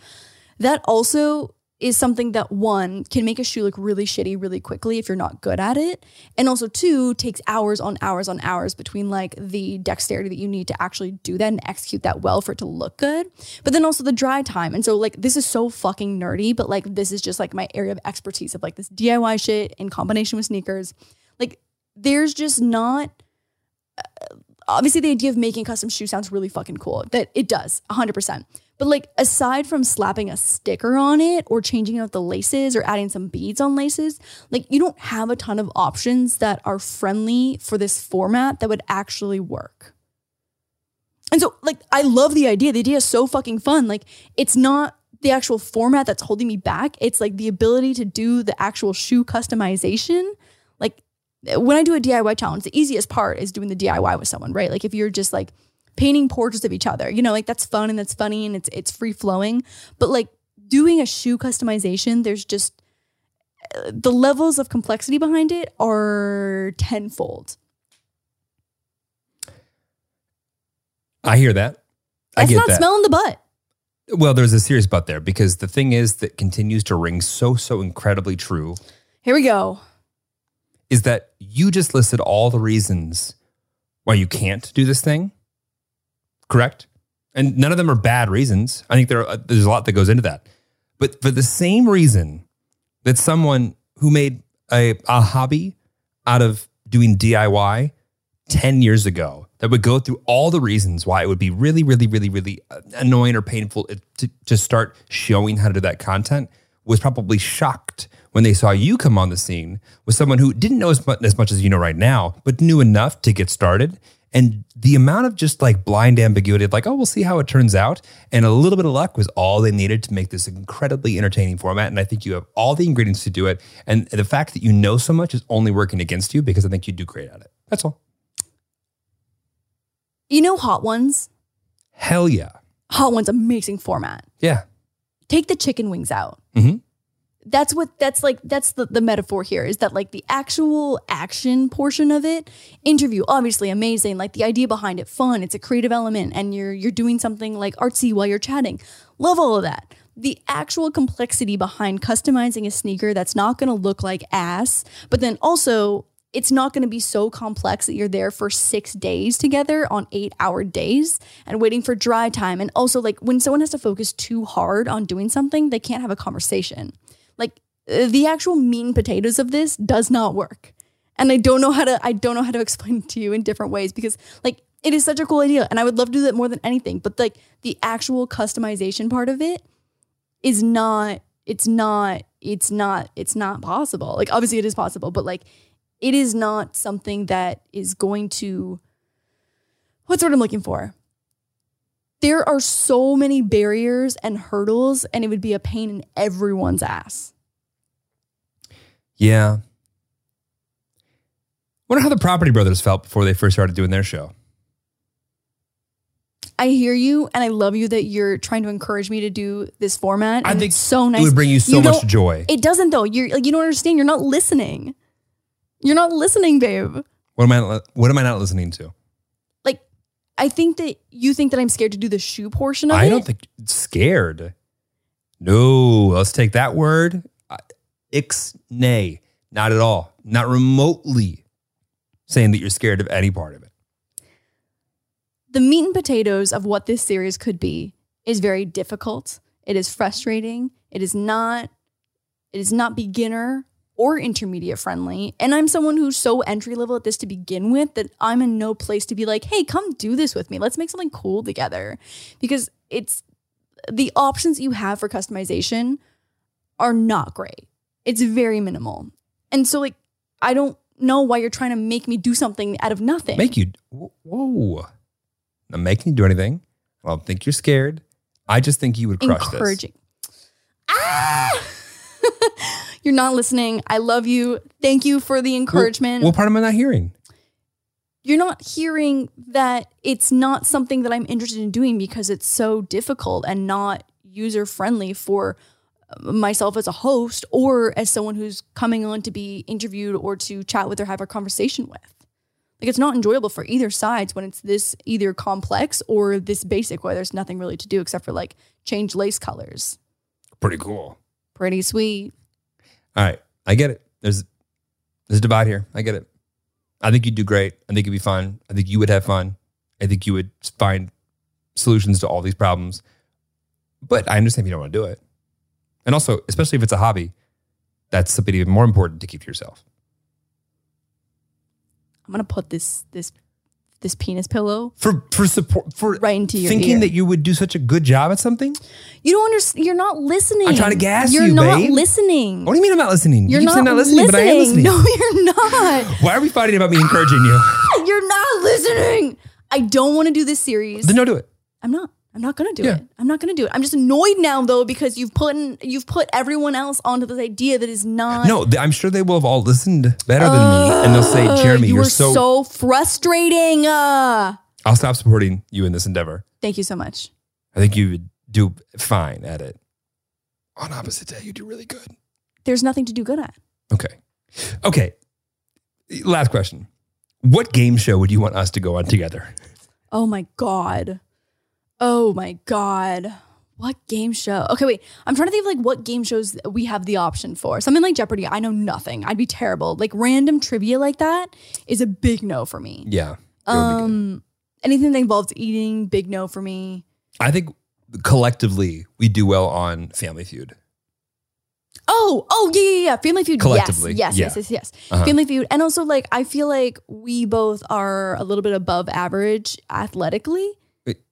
B: That also is something that one can make a shoe look really shitty really quickly if you're not good at it. And also two takes hours on hours on hours between like the dexterity that you need to actually do that and execute that well for it to look good. But then also the dry time. And so like this is so fucking nerdy, but like this is just like my area of expertise of like this DIY shit in combination with sneakers. Like there's just not obviously the idea of making custom shoe sounds really fucking cool. That it does, 100%. But like aside from slapping a sticker on it or changing out the laces or adding some beads on laces, like you don't have a ton of options that are friendly for this format that would actually work. And so like I love the idea. The idea is so fucking fun. Like it's not the actual format that's holding me back. It's like the ability to do the actual shoe customization. Like when I do a DIY challenge, the easiest part is doing the DIY with someone, right? Like if you're just like painting portraits of each other, you know, like that's fun and that's funny and it's it's free flowing. But like doing a shoe customization, there's just uh, the levels of complexity behind it are tenfold.
A: I hear that. I
B: That's
A: get
B: not
A: that.
B: smelling the butt.
A: well, there's a serious but there because the thing is that continues to ring so, so incredibly true
B: Here we go.
A: is that you just listed all the reasons why you can't do this thing, correct? And none of them are bad reasons. I think there are, there's a lot that goes into that. But for the same reason that someone who made a, a hobby out of doing DIY 10 years ago that would go through all the reasons why it would be really, really, really, really uh, annoying or painful uh, to, to start showing how to do that content was probably shocked when they saw you come on the scene with someone who didn't know as much, as much as you know right now, but knew enough to get started. And the amount of just like blind ambiguity, of like, oh, we'll see how it turns out, and a little bit of luck was all they needed to make this incredibly entertaining format. And I think you have all the ingredients to do it. And the fact that you know so much is only working against you because I think you do great at it. That's all.
B: You know Hot Ones?
A: Hell yeah.
B: Hot Ones amazing format.
A: Yeah.
B: Take the chicken wings out.
A: Mhm.
B: That's what that's like that's the, the metaphor here is that like the actual action portion of it, interview, obviously amazing. Like the idea behind it, fun. It's a creative element and you're you're doing something like artsy while you're chatting. Love all of that. The actual complexity behind customizing a sneaker that's not gonna look like ass, but then also it's not going to be so complex that you're there for six days together on eight hour days and waiting for dry time. And also, like, when someone has to focus too hard on doing something, they can't have a conversation. Like, uh, the actual meat and potatoes of this does not work. And I don't know how to, I don't know how to explain it to you in different ways because, like, it is such a cool idea. And I would love to do that more than anything. But, like, the actual customization part of it is not, it's not, it's not, it's not possible. Like, obviously, it is possible, but, like, it is not something that is going to what's what I'm looking for. There are so many barriers and hurdles, and it would be a pain in everyone's ass.
A: Yeah. Wonder how the Property Brothers felt before they first started doing their show.
B: I hear you, and I love you that you're trying to encourage me to do this format.
A: I
B: and
A: think
B: it's so nice.
A: It would bring you so much
B: don't-
A: joy.
B: It doesn't though. You're like you don't understand. You're not listening. You're not listening, babe.
A: What am I? What am I not listening to?
B: Like I think that you think that I'm scared to do the shoe portion of
A: I
B: it.
A: don't think scared. No, let's take that word. I- Ix nay, not at all, not remotely saying that you're scared of any part of it.
B: the meat and potatoes of what this series could be is very difficult. It is frustrating. It is not it is not beginner or intermediate friendly. And I'm someone who's so entry level at this to begin with that I'm in no place to be like, "Hey, come do this with me. Let's make something cool together." Because it's the options you have for customization are not great. It's very minimal. And so like I don't know why you're trying to make me do something out of nothing.
A: Make you. Whoa. Not making you do anything. I don't think you're scared. I just think you would crush this.
B: encouraging. Ah! you're not listening. I love you. Thank you for the encouragement.
A: What part am I not hearing?
B: you're not hearing that it's not something that I'm interested in doing because it's so difficult and not user friendly for uh, myself as a host or as someone who's coming on to be interviewed or to chat with or have a conversation with. Like it's not enjoyable for either sides when it's this either complex or this basic where there's nothing really to do except for like change lace colors.
A: Pretty cool.
B: Pretty sweet.
A: All right, I get it. There's there's a divide here. I get it. I think you'd do great. I think it'd be fun. I think you would have fun. I think you would find solutions to all these problems. But I understand if you don't want to do it. And also, especially if it's a hobby, that's something even more important to keep to yourself.
B: I'm gonna put this this this penis pillow
A: For for support for
B: right into your
A: thinking
B: ear.
A: that you would do such a good job at something.
B: You don't understand. You're not listening.
A: I'm trying to gas
B: you're
A: you,
B: not
A: babe.
B: listening.
A: What do you mean I'm not listening?
B: You're
A: you keep
B: not,
A: saying not
B: listening,
A: listening, but I am listening.
B: No, you're not.
A: Why are we fighting about me encouraging you?
B: you're not listening. I don't want to do this series.
A: Then don't do it.
B: I'm not. I'm not gonna do
A: Yeah.
B: it. I'm not gonna do it. I'm just annoyed now though because you've put in, you've put everyone else onto this idea that is not.
A: No, th- I'm sure they will have all listened better than me, and they'll say,
B: Uh,
A: "Jeremy,
B: you
A: you're
B: are so, frustrating. Uh,
A: I'll stop supporting you in this endeavor.
B: thank you so much.
A: I think you would do fine at it. On opposite day, you do really good.
B: There's nothing to do good at.
A: Okay. Okay. Last question. What game show would you want us to go on together?
B: Oh my god. Oh my god. What game show? Okay, wait. I'm trying to think of like what game shows we have the option for. Something like Jeopardy, I know nothing. I'd be terrible. Like random trivia like that is a big no for me.
A: Yeah. it would be good.
B: Um anything that involves eating, big no for me.
A: I think collectively we do well on Family Feud.
B: Oh, oh yeah, yeah, yeah. Family Feud.
A: Collectively,
B: Yes, yes,
A: yeah.
B: yes, yes, yes.
A: Uh-huh.
B: Family Feud. And also like I feel like we both are a little bit above average athletically.
A: It-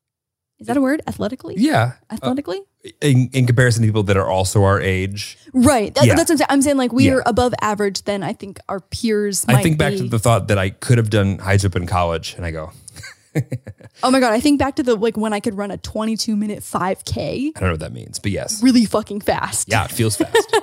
B: Is that a word? Athletically?
A: Yeah. Uh,
B: Athletically?
A: in, in comparison to people that are also our age,
B: Right. That,
A: Yeah.
B: That's what I'm saying. I'm saying like we
A: Yeah.
B: are above average than I think our peers. Might
A: I think back
B: be.
A: to the thought that I could have done high jump in college, and I go,
B: Oh my god! I think back to the like when I could run a 22 minute 5K
A: I don't know what that means, but yes.
B: really fucking fast.
A: Yeah, it feels fast.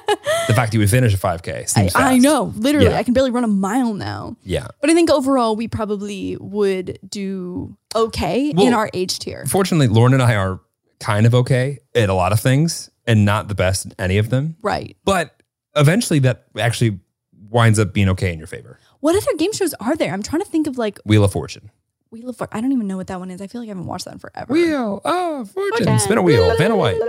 A: the fact you would finish a 5K
B: I,
A: seems fast.
B: I know. Literally,
A: Yeah.
B: I can barely run a mile now.
A: Yeah.
B: But I think overall we probably would do okay
A: Well-
B: in our age tier.
A: Fortunately, Lauren and I are kind of okay at a lot of things and not the best at any of them.
B: Right.
A: But eventually that actually winds up being okay in your favor.
B: What other game shows are there? I'm trying to think of like
A: Wheel of Fortune.
B: Wheel of Fortune. I don't even know what that one is. I feel like I haven't watched that in forever.
A: Wheel of Fortune. Spin a wheel. Vanna White.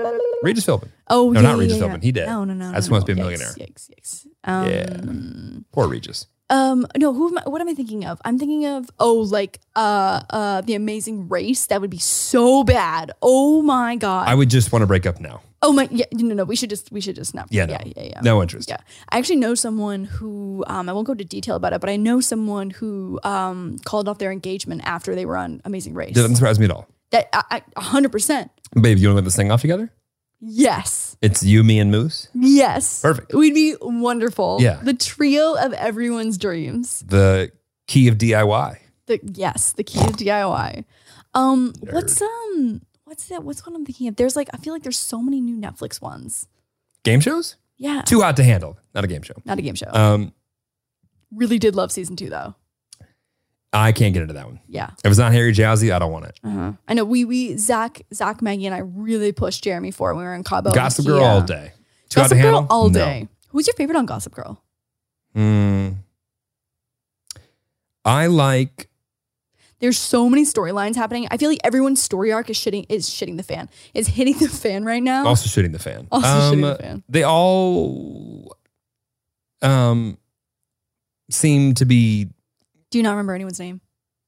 A: Regis Philbin.
B: Oh,
A: No,
B: yeah,
A: not
B: yeah,
A: Regis
B: yeah,
A: Philbin. He did.
B: No, no, no.
A: I
B: no,
A: just
B: no.
A: want to be a
B: Yikes,
A: millionaire.
B: Yikes, yikes.
A: Yeah.
B: Um,
A: Poor Regis.
B: Um, no, who am I, what am I thinking of? I'm thinking of oh, like uh, uh, the Amazing Race. That would be so bad. Oh my god.
A: I would just want to break up now.
B: oh my. Yeah, no, no. We should just we should just not.
A: Yeah, no.
B: yeah, yeah, yeah.
A: No interest.
B: Yeah, I actually know someone who um, I won't go into detail about it, but I know someone who um, called off their engagement after they were on Amazing Race.
A: Doesn't surprise me at all.
B: That I a hundred percent.
A: Babe, you want to let this thing off together?
B: Yes,
A: It's you, me, and Moose.
B: yes.
A: Perfect.
B: We'd be wonderful.
A: Yeah.
B: the trio of everyone's dreams.
A: The key of DIY.
B: The yes, the key to DIY. Um,
A: Nerd.
B: what's um, what's that? What's what I'm thinking of? There's like I feel like there's so many new Netflix ones.
A: Game shows?
B: Yeah,
A: Too hot to handle. Not a game show.
B: not a game show.
A: Um,
B: really did love season two though.
A: I can't get into that one.
B: Yeah,
A: If it's not Harry Jowsey, I don't want it.
B: uh-huh. I know. We we Zach Zach Maggie and I really pushed Jeremy for it when we were in Cabo.
A: Gossip
B: He,
A: Girl
B: uh,
A: all day. Too hot
B: Gossip
A: to
B: Girl
A: handle?
B: all
A: No.
B: day. Who's your favorite on Gossip Girl?
A: Hmm. I like.
B: There's so many storylines happening. I feel like everyone's story arc is shitting is shitting the fan. Is hitting the fan right now.
A: Also shooting the fan. Um,
B: Also shitting the fan.
A: They all um seem to be
B: Do you not remember anyone's name?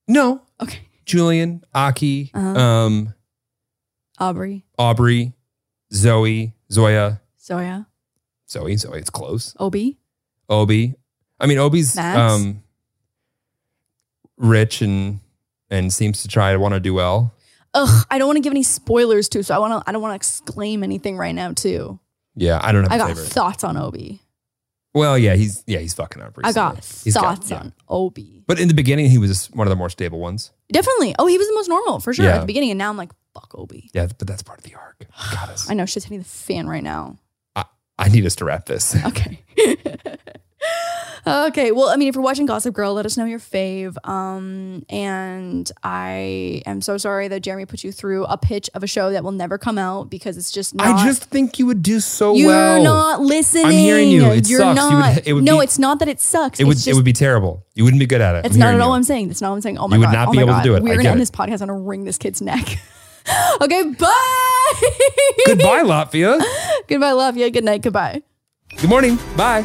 A: no
B: Okay,
A: Julian, Aki,
B: Uh-huh.
A: um,
B: Aubrey,
A: Aubrey, Zoe, Zoya,
B: Zoya,
A: Zoe, Zoe. It's close.
B: Obi.
A: Obi. I mean, Obi's
B: Max?
A: um rich and and seems to try to want to do well.
B: Ugh, I don't want to give any spoilers too, so I want to. I don't want to exclaim anything right now too.
A: Yeah, I don't have a
B: I got
A: favorite.
B: thoughts on Obi.
A: Well, yeah, he's yeah he's fucking up.
B: I
A: Recently.
B: got
A: He's
B: thoughts
A: yeah.
B: on Obi.
A: But in the beginning, he was one of the more stable ones.
B: Definitely. Oh, he was the most normal for sure
A: Yeah.
B: at the beginning, and now I'm like, fuck Obi.
A: Yeah, but that's part of the arc. Got us.
B: I know shit's hitting the fan right now.
A: I, I need us to wrap this.
B: Okay. okay. Well, I mean, if you're watching Gossip Girl, let us know your fave. Um, and I am so sorry that Jeremy put you through a pitch of a show that will never come out because it's just not.
A: I just think you would do so
B: you're
A: well.
B: not listening.
A: Oh, hearing you. It
B: you're
A: sucks. You would-
B: not.
A: it would
B: no,
A: be-
B: it's not that it sucks.
A: it would
B: it's
A: it
B: just,
A: would be terrible. You wouldn't be good at it.
B: It's
A: I'm
B: not
A: hearing
B: at all
A: you.
B: I'm saying. That's not what I'm saying. Oh my
A: You would
B: god.
A: not
B: oh
A: be
B: my
A: able to
B: god.
A: do it. I
B: We're gonna
A: get
B: end
A: it.
B: this podcast. I'm gonna wring this kid's neck. okay, bye.
A: Goodbye, Latvia.
B: Goodbye, love. Yeah, good night. Goodbye.
A: Good morning. Bye.